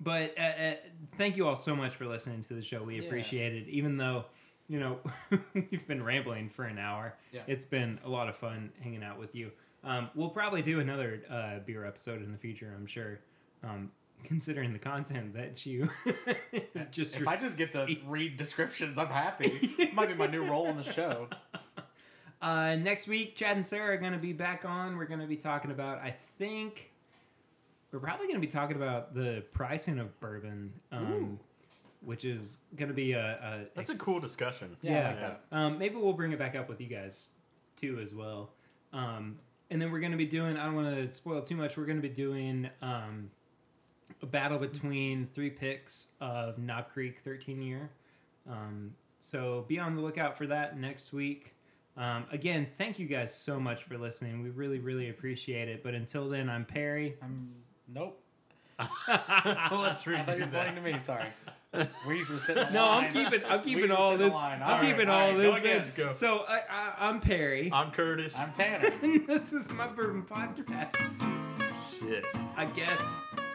S2: but uh, uh, thank you all so much for listening to the show. We
S1: Yeah.
S2: appreciate it, even though you know we've been rambling for an hour.
S1: Yeah.
S2: It's been a lot of fun hanging out with you. Um, we'll probably do another uh, beer episode in the future, I'm sure. Um, considering the content that you just
S1: If I just get to
S2: received.
S1: read descriptions, I'm happy. Might be my new role in the show.
S2: Uh, next week, Chad and Sarah are going to be back on. We're going to be talking about, I think, we're probably going to be talking about the pricing of bourbon, um, which is going to be a, a
S4: That's a
S2: ex-
S4: cool discussion.
S1: Yeah, I like
S2: Yeah.
S1: that.
S2: Um, maybe we'll bring it back up with you guys too as well. Um, and then we're going to be doing. I don't want to spoil too much. We're going to be doing um, a battle between three picks of Knob Creek 13 year. Um, so be on the lookout for that next week. Um, again, thank you guys so much for listening. We really, really appreciate it. But until then, I'm Perry.
S1: I'm, nope.
S4: Let's
S1: I thought you
S4: redo
S1: were pointing
S4: that.
S1: to me. Sorry. We usually sit in a
S2: No,
S1: line.
S2: I'm keeping. I'm
S1: We
S2: keeping
S1: just
S2: all
S1: in a
S2: this.
S1: line.
S2: I'm
S1: All right,
S2: keeping
S1: all
S2: all
S1: right,
S4: go
S2: this.
S4: again,
S2: in.
S4: go.
S2: So I, I, I'm Perry.
S4: I'm Curtis.
S1: I'm Tanner.
S2: this is my bourbon podcast.
S4: Shit.
S2: I guess.